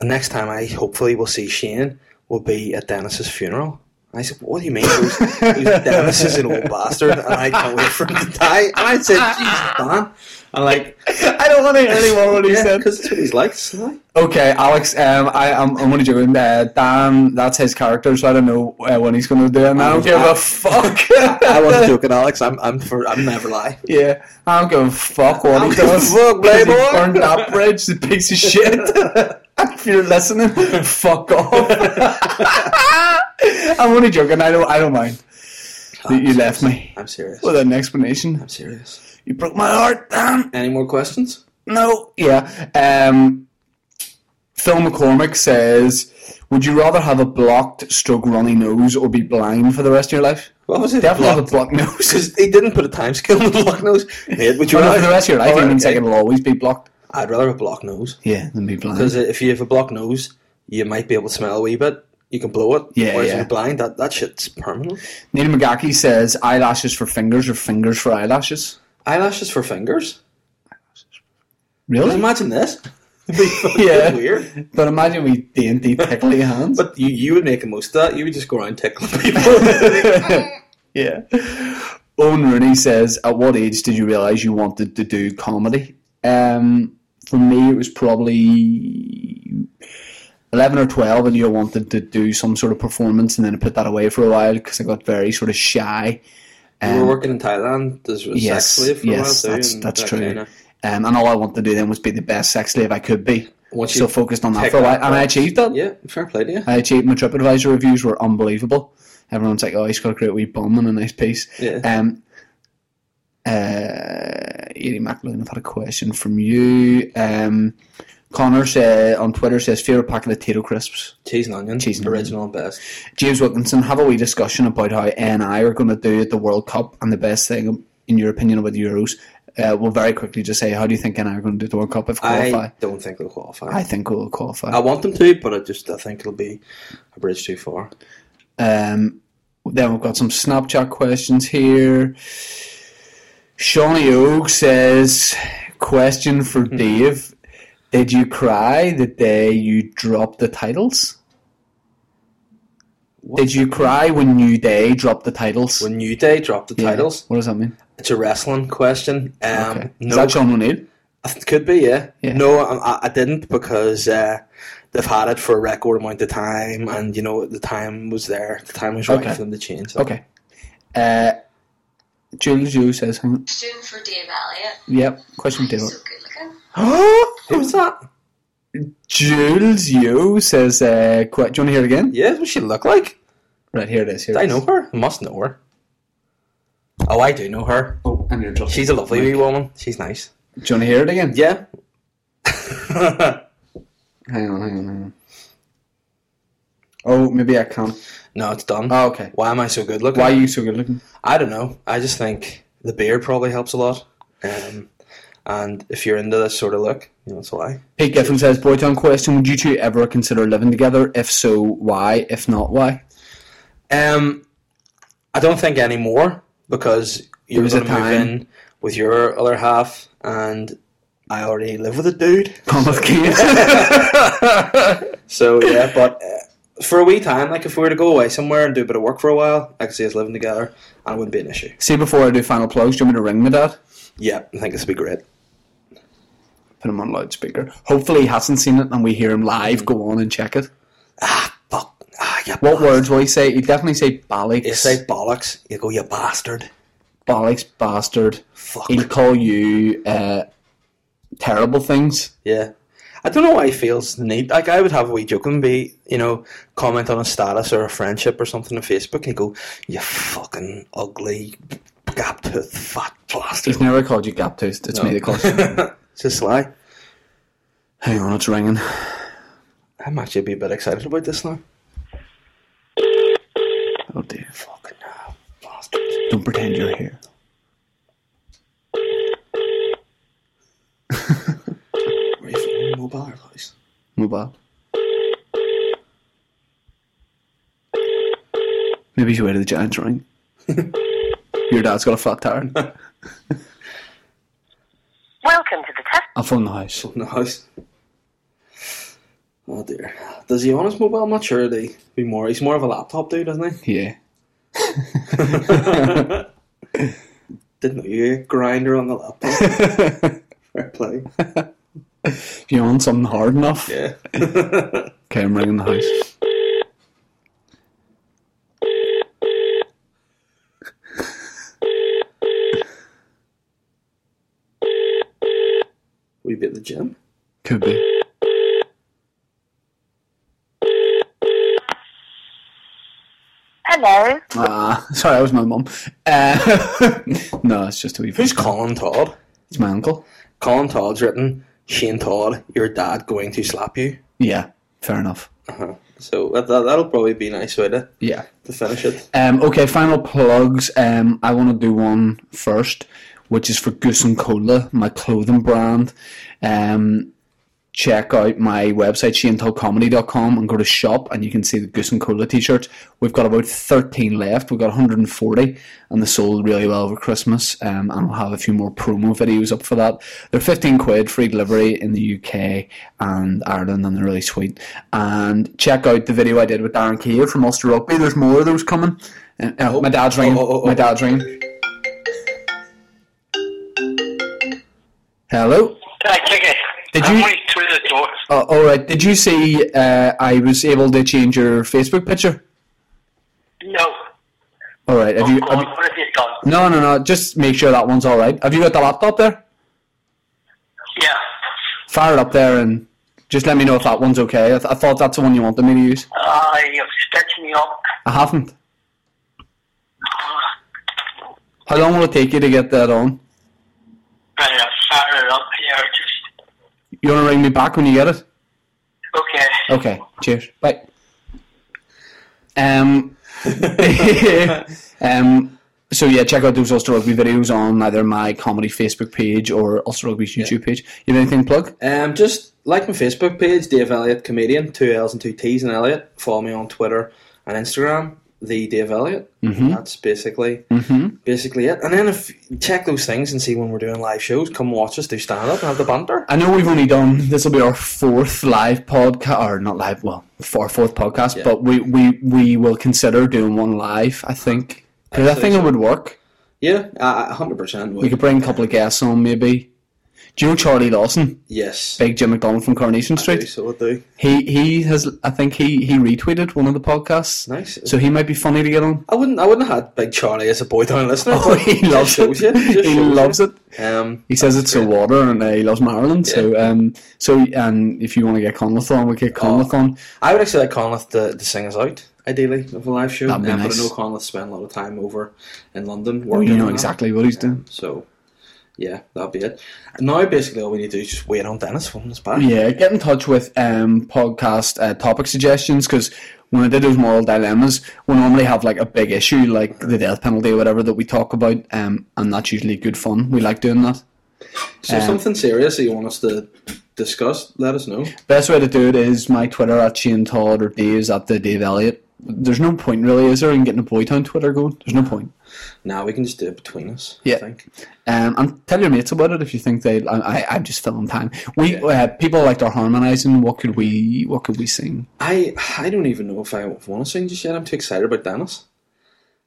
Speaker 5: the next time I hopefully will see Shane will be at Dennis's funeral. And I said, what do you mean? He was, he was, Dennis is an old bastard and I can't wait for him to die. And I said, Jesus, Dan. And like,
Speaker 4: I don't want to hear anymore what he
Speaker 5: yeah,
Speaker 4: said.
Speaker 5: because that's what he's like. It's like-
Speaker 4: Okay, Alex, um, I, I'm, I'm only joking. Uh, Dan, that's his character, so I don't know uh, when he's going to do it. And I don't give a fuck.
Speaker 5: I wasn't joking, Alex. I'm, I'm for, I'm never lie.
Speaker 4: yeah, I don't give a fuck what
Speaker 5: I
Speaker 4: he
Speaker 5: don't give a
Speaker 4: does.
Speaker 5: fuck,
Speaker 4: 'Cause he
Speaker 5: playboy.
Speaker 4: burned that bridge, the piece of shit. if you're listening, fuck off. I'm only joking. I don't. I don't mind. that you left me
Speaker 5: I'm serious.
Speaker 4: with an explanation.
Speaker 5: I'm serious.
Speaker 4: You broke my heart, Dan.
Speaker 5: Any more questions?
Speaker 4: No, yeah. Um, Phil McCormick says, "Would you rather have a blocked, stroke runny nose, or be blind for the rest of your life?"
Speaker 5: What was it?
Speaker 4: Definitely have a blocked
Speaker 5: Blocked.
Speaker 4: nose.
Speaker 5: Because he didn't put a time scale on the block nose. Ned, would you
Speaker 4: Well, no,
Speaker 5: rather
Speaker 4: for the rest of your life,
Speaker 5: Alright,
Speaker 4: it means
Speaker 5: okay.
Speaker 4: like it'll always be blocked.
Speaker 5: I'd rather a block nose.
Speaker 4: Yeah, than be blind.
Speaker 5: Because if you have a blocked nose, you might be able to smell a wee bit. You can blow it.
Speaker 4: Yeah,
Speaker 5: Whereas
Speaker 4: yeah.
Speaker 5: if you're blind, that, that shit's permanent.
Speaker 4: Neil McGackie says, "Eyelashes for fingers, or fingers for eyelashes."
Speaker 5: Eyelashes for fingers. Just
Speaker 4: Really?
Speaker 5: imagine this. It'd be fucking
Speaker 4: Yeah.
Speaker 5: weird.
Speaker 4: But imagine we D and D tickly hands.
Speaker 5: But you, you would make the most of that. You would just go around tickling people.
Speaker 4: yeah. Owen Rooney says, "At what age did you realise you wanted to do comedy?" Um, for me, it was probably eleven or twelve. I knew I wanted to do some sort of performance, and then I put that away for a while because I got very sort of shy.
Speaker 5: we were
Speaker 4: Um,
Speaker 5: working in Thailand. There's a
Speaker 4: yes,
Speaker 5: sex slave for
Speaker 4: yes,
Speaker 5: a while too.
Speaker 4: that's
Speaker 5: and
Speaker 4: that's
Speaker 5: that
Speaker 4: true.
Speaker 5: kinda-
Speaker 4: um, and all I wanted to do then was be the best sex slave I could be.
Speaker 5: Once you
Speaker 4: so focused on that
Speaker 5: tick
Speaker 4: for a while,
Speaker 5: that
Speaker 4: and I
Speaker 5: box.
Speaker 4: achieved that.
Speaker 5: Yeah, fair play to you.
Speaker 4: I achieved my TripAdvisor reviews were unbelievable. Everyone's like, "Oh, he's got a great wee bum and a nice piece."
Speaker 5: Yeah.
Speaker 4: Um, uh, Edie McLean, I've had a question from you. Um, Connor said on Twitter says, "Favorite packet of Tato crisps."
Speaker 5: Cheese and onion.
Speaker 4: Cheese and
Speaker 5: original and best.
Speaker 4: James Wilkinson, have a wee discussion about how NI are going to do at the World Cup and the best thing, in your opinion, about the Euros. Uh, we'll very quickly just say, how do you think NI are going to do at the World Cup if qualify?
Speaker 5: I don't think they'll qualify.
Speaker 4: I,
Speaker 5: I,
Speaker 4: think we'll qualify.
Speaker 5: want them to, but I just I think it'll be a bridge too far.
Speaker 4: Um, then we've got some Snapchat questions here. Shawnee Oak says, question for
Speaker 5: Hmm.
Speaker 4: Dave. Did you cry the day you dropped the titles? Did you cry when New Day dropped the titles?
Speaker 5: When New Day dropped the
Speaker 4: Yeah.
Speaker 5: titles,
Speaker 4: What does that mean?
Speaker 5: it's a wrestling question. Um,
Speaker 4: Okay.
Speaker 5: no,
Speaker 4: Is that Sean O'Neill?
Speaker 5: I think it could be, yeah.
Speaker 4: Yeah.
Speaker 5: No, I, I- I didn't because uh, they've had it for a record amount of time, and you know the time was there. The time was right
Speaker 4: Okay.
Speaker 5: for them to change. it.
Speaker 4: Okay. Uh, Jules Yu says, hang on.
Speaker 3: Question for Dave Elliott.
Speaker 4: Yep, question for
Speaker 3: He's
Speaker 4: Dave.
Speaker 3: so good looking.
Speaker 5: Who was that?
Speaker 4: Jules Yo says, uh, qu- "Do you want to hear it again?"
Speaker 5: Yeah, that's what she look like.
Speaker 4: Right here it is. Here
Speaker 5: Do
Speaker 4: it
Speaker 5: I
Speaker 4: is.
Speaker 5: know her? I must know her. Oh, I do know her.
Speaker 4: Oh, and you're just.
Speaker 5: She's a lovely wee woman. She's nice.
Speaker 4: Do you want to hear it again?
Speaker 5: Yeah.
Speaker 4: Hang on, hang on, hang on. Oh, maybe I can't.
Speaker 5: no, it's done.
Speaker 4: Oh, okay.
Speaker 5: Why am I so good looking?
Speaker 4: Why are you so good looking?
Speaker 5: I don't know. I just think the beard probably helps a lot. Um, and if you're into this sort of look, you know, it's why.
Speaker 4: Pete Giffen says, "Boytown question: Would you two ever consider living together? If so, why? If not, why?"
Speaker 5: Um, I don't think anymore because you're
Speaker 4: was a
Speaker 5: going to move
Speaker 4: time.
Speaker 5: in with your other half, and I already live with a dude.
Speaker 4: Thomas Keane.
Speaker 5: So yeah, but uh, for a wee time, like if we were to go away somewhere and do a bit of work for a while, I could see us living together, and it wouldn't be an issue.
Speaker 4: See, before I do final plugs, do you want me to ring my dad?
Speaker 5: Yeah, I think this would be great.
Speaker 4: Put him on loudspeaker. Hopefully, he hasn't seen it, and we hear him live. Go on and check it.
Speaker 5: Fuck. Ah, you
Speaker 4: What words will he say? He'd definitely say bollocks.
Speaker 5: You say bollocks, you go, you bastard.
Speaker 4: bollocks, bastard.
Speaker 5: Fuck.
Speaker 4: He'll call you uh, terrible things.
Speaker 5: Yeah. I don't know why he feels the need. Like, I would have a wee joke and be, you know, comment on a status or a friendship or something on Facebook and go, you fucking ugly, gap toothed, fat bastard.
Speaker 4: He's never called you gap toothed. It's me that calls you.
Speaker 5: It's just lie.
Speaker 4: Hang on, it's ringing.
Speaker 5: I'm actually a bit excited about this now.
Speaker 4: Oh dear.
Speaker 5: Fucking no, bastard.
Speaker 4: Don't pretend you're here.
Speaker 5: Were you feeling mobile or close?
Speaker 4: Mobile. Maybe you should wait till the Giants ring. Your dad's got a flat tire.
Speaker 3: Welcome to the test.
Speaker 4: I'll phone the house.
Speaker 5: No. it's- Oh dear. Does he own his mobile much or did he be more? He's more of a laptop dude, isn't he?
Speaker 4: Yeah.
Speaker 5: Didn't know you grinder on the laptop. Fair play.
Speaker 4: If you want something hard enough,
Speaker 5: Yeah.
Speaker 4: okay, I'm ringing the house.
Speaker 5: We bit the gym.
Speaker 4: Could be.
Speaker 3: Hello.
Speaker 4: Ah, sorry, that was my mum. Uh, no, it's just a wee.
Speaker 5: Who's Colin Todd?
Speaker 4: It's my uncle.
Speaker 5: Colin Todd's written Shane Todd, your dad going to slap you.
Speaker 4: Yeah, fair enough.
Speaker 5: Uh-huh. So that, that, that'll probably be a nice way to,
Speaker 4: Yeah.
Speaker 5: to finish it.
Speaker 4: Um, okay, final plugs. Um, I want to do one first, which is for Goose and Cola, my clothing brand. Um, check out my website, shantelcomedy.com, and go to shop, and you can see the Goose and Cola t shirts. We've got about 13 left. We've got 140, and they sold really well over Christmas. Um, and we'll have a few more promo videos up for that. They're 15 quid, free delivery in the UK and Ireland, and they're really sweet. And check out the video I did with Darren Keogh from Ulster Rugby. There's more of those coming. And, oh, my dad's ringing.
Speaker 5: Oh, oh, oh, oh.
Speaker 4: My dad's ringing. Hello?
Speaker 6: I take it.
Speaker 4: Did
Speaker 6: I'm
Speaker 4: you-
Speaker 6: only through the door.
Speaker 4: Uh, all right. Did you see? Uh, I was able to change your Facebook picture.
Speaker 6: No.
Speaker 4: All right. Have
Speaker 6: Oh,
Speaker 4: you?
Speaker 6: God,
Speaker 4: have you-
Speaker 6: what have you done?
Speaker 4: no, no, no. Just make sure that one's all right. Have you got the laptop there?
Speaker 6: Yeah.
Speaker 4: Fire it up there and just let me know if that one's okay. I, th- I thought that's the one you wanted me to use.
Speaker 6: Uh, you've stitched me up.
Speaker 4: I haven't.
Speaker 6: Ah,
Speaker 4: How long will it take you to get that on?
Speaker 6: Right, I've fired it up here. Just,
Speaker 4: You want to ring me back when you get it?
Speaker 6: okay.
Speaker 4: Okay. Cheers. Bye. Um. um. So yeah, check out those Ulster Rugby videos on either my comedy Facebook page or Ulster Rugby's YouTube page. You have anything to plug?
Speaker 5: Um, just like my Facebook page, Dave Elliott Comedian, two L's and two T's in Elliott. Follow me on Twitter and Instagram, the Dave Elliott. That's basically basically it. And then if check those things and see when we're doing live shows, come watch us do stand up and have the banter.
Speaker 4: I know we've only done this will be our fourth live podcast or not live well our fourth podcast, but we, we we will consider doing one live. I think because I
Speaker 5: Actually,
Speaker 4: think it
Speaker 5: so.
Speaker 4: would work.
Speaker 5: Yeah, hundred percent.
Speaker 4: We could bring a couple of guests on maybe. Do you know Charlie Lawson,
Speaker 5: Yes.
Speaker 4: Big Jim McDonald from Coronation Street?
Speaker 5: So I do.
Speaker 4: He he has. I think he he retweeted one of the podcasts.
Speaker 5: Nice.
Speaker 4: So he might be funny to get on.
Speaker 5: I wouldn't. I wouldn't have had Big Charlie as a boy down listener.
Speaker 4: Oh, he loves it. He loves it.
Speaker 5: Um,
Speaker 4: He says it's a water, and uh, he loves Maryland. So, um, so um, if you want to get Conleth on, we
Speaker 5: Oh.
Speaker 4: get Conleth on.
Speaker 5: I would actually like Conleth to, to sing us out, ideally, of a live show.
Speaker 4: That'd be
Speaker 5: um,
Speaker 4: nice.
Speaker 5: But I know Conleth spent a lot of time over in London.
Speaker 4: Oh,
Speaker 5: working
Speaker 4: you know
Speaker 5: on that. Um,
Speaker 4: exactly what he's doing.
Speaker 5: So, yeah, that'll be it. Now, basically, all we need to do is just wait on Dennis when he's back.
Speaker 4: Yeah, get in touch with um, podcast uh, topic suggestions because when I did those moral dilemmas, we normally have like a big issue like the death penalty or whatever that we talk about, um, and that's usually good fun. We like doing that.
Speaker 5: So,
Speaker 4: Um,
Speaker 5: something serious that you want us to discuss, let us know.
Speaker 4: Best way to do it is my Twitter at Shane Todd or Dave's at the Dave Elliott. There's no point really, is there, in getting a Boytown Twitter going? There's no point.
Speaker 5: Now we can just do it between us.
Speaker 4: Yeah.
Speaker 5: I think.
Speaker 4: Um, and tell your mates about it if you think they. I, I, I'm just filling time. We uh, people liked our harmonising. What could we? What could we sing?
Speaker 5: I I don't even know if I want to sing just yet. I'm too excited about Dennis.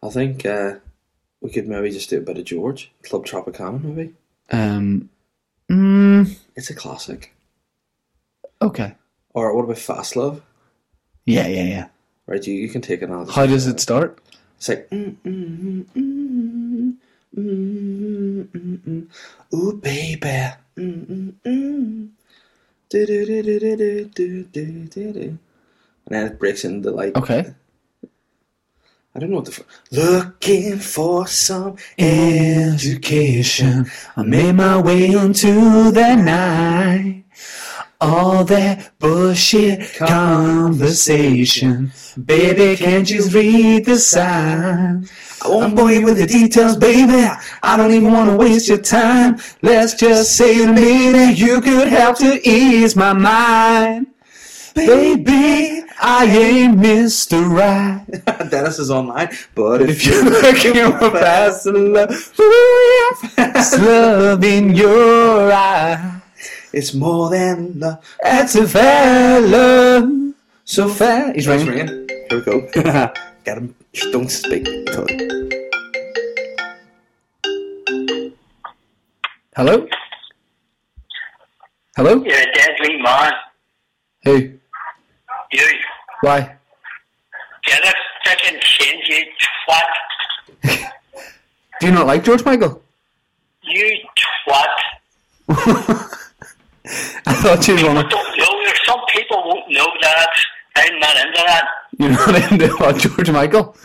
Speaker 5: I think uh, we could maybe just do a bit of George Club Tropicana, maybe.
Speaker 4: Um, mm,
Speaker 5: It's a classic.
Speaker 4: okay.
Speaker 5: Or what about Fast Love?
Speaker 4: Yeah, yeah, yeah.
Speaker 5: Right, you, you can take it on.
Speaker 4: How does it start?
Speaker 5: It's like, mm, mm, mm, mm, mm, mm, mm. ooh, baby. Mm, mm, mm. Do-do-do-do-do-do-do-do-do. And then it breaks into like,
Speaker 4: Okay.
Speaker 5: I don't know what the. F- Looking for some education.
Speaker 4: I made my way into the night. All that bullshit conversation. Baby, can't you read the sign? I'm boy with the details, baby. I don't even want to waste your time. Let's just say to me that you could help to ease my mind. Baby, I ain't Mr. Right.
Speaker 5: Dennis is online, but
Speaker 4: But if you're looking for fast love, ooh, yeah, fast love in your eye.
Speaker 5: it's more than love.
Speaker 4: That's a fair love. So fair. He's
Speaker 5: It's
Speaker 4: ringing.
Speaker 5: ringing. Here we go. Get him. Shh, Don't speak. to it.
Speaker 4: Hello? Hello?
Speaker 6: You're a deadly man.
Speaker 4: Who?
Speaker 6: You
Speaker 4: Why?
Speaker 6: get a fucking chin, you twat.
Speaker 4: Do you not like George Michael?
Speaker 6: You twat.
Speaker 4: I thought you'd want to.
Speaker 6: Don't know. There's some people won't know that. I'm not into that.
Speaker 4: You're not into what, George Michael?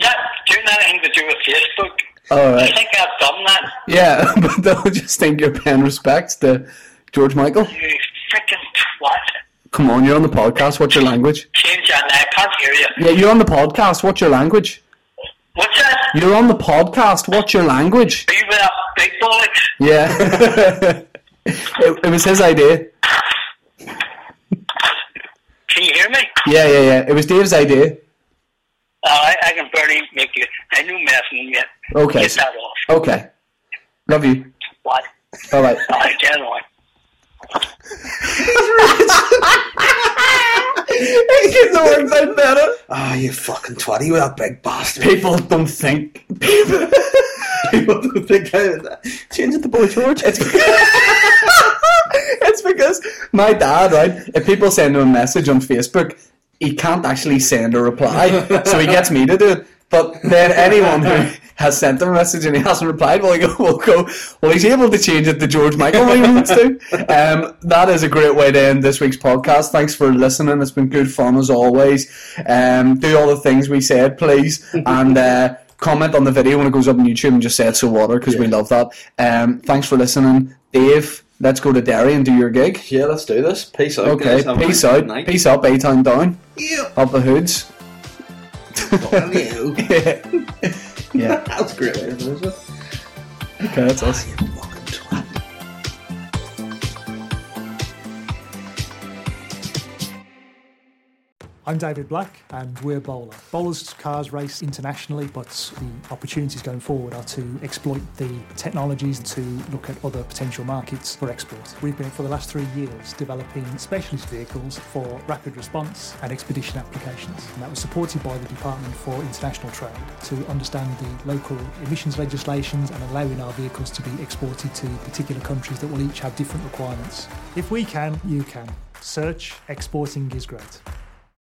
Speaker 6: That doing that thing to do with Facebook. I
Speaker 4: Alright.
Speaker 6: think I've done that.
Speaker 4: Yeah, but they'll just think you're paying respects to George Michael.
Speaker 6: You freaking twat.
Speaker 4: Come on, you're on the podcast. What's your language?
Speaker 6: Change that. I can't hear you.
Speaker 4: Yeah, you're on the podcast. What's your language?
Speaker 6: What's that?
Speaker 4: You're on the podcast. What's your language?
Speaker 6: Are you uh, with a big bollocks?
Speaker 4: Yeah. it, it was his idea.
Speaker 6: Can you hear me?
Speaker 4: Yeah, yeah, yeah. It was Dave's idea.
Speaker 6: Uh, I, I can barely make you. I knew messing yet.
Speaker 4: Okay.
Speaker 6: Get that off.
Speaker 4: Okay. Love you.
Speaker 6: What? Uh,
Speaker 4: All right.
Speaker 6: I get on.
Speaker 5: Ah, you fucking twat. You that big bastard.
Speaker 4: People don't think.
Speaker 5: People don't think I Change it to Boy George.
Speaker 4: It's it's because my dad, right? If people send him a message on Facebook, he can't actually send a reply, so he gets me to do it. But then anyone who has sent him a message and he hasn't replied, well, he go, will go. Well, he's able to change it to George Michael when he wants to. Um, that is a great way to end this week's podcast. Thanks for listening. It's been good fun as always. Um, do all the things we said, please, and. Uh, Comment on the video when it goes up on YouTube and just say it's so water because we love that. Um, thanks for listening, Dave. Let's go to Derry and do your gig.
Speaker 5: Yeah, let's do this. Peace out.
Speaker 4: Okay,
Speaker 5: guys. Have a
Speaker 4: peace
Speaker 5: good
Speaker 4: out.
Speaker 5: night.
Speaker 4: Peace up, A Town Down.
Speaker 5: Yeah.
Speaker 4: Up the hoods.
Speaker 5: That
Speaker 4: yeah. yeah.
Speaker 5: was a great way to finish it.
Speaker 4: Okay, that's us.
Speaker 5: You fucking twat.
Speaker 7: I'm David Black, and we're Bowler. Bowler's cars race internationally, but the opportunities going forward are to exploit the technologies and to look at other potential markets for export. We've been, for the last three years, developing specialist vehicles for rapid response and expedition applications. And that was supported by the Department for International Trade to understand the local emissions legislations and allowing our vehicles to be exported to particular countries that will each have different requirements. If we can, you can. Search Exporting is Great.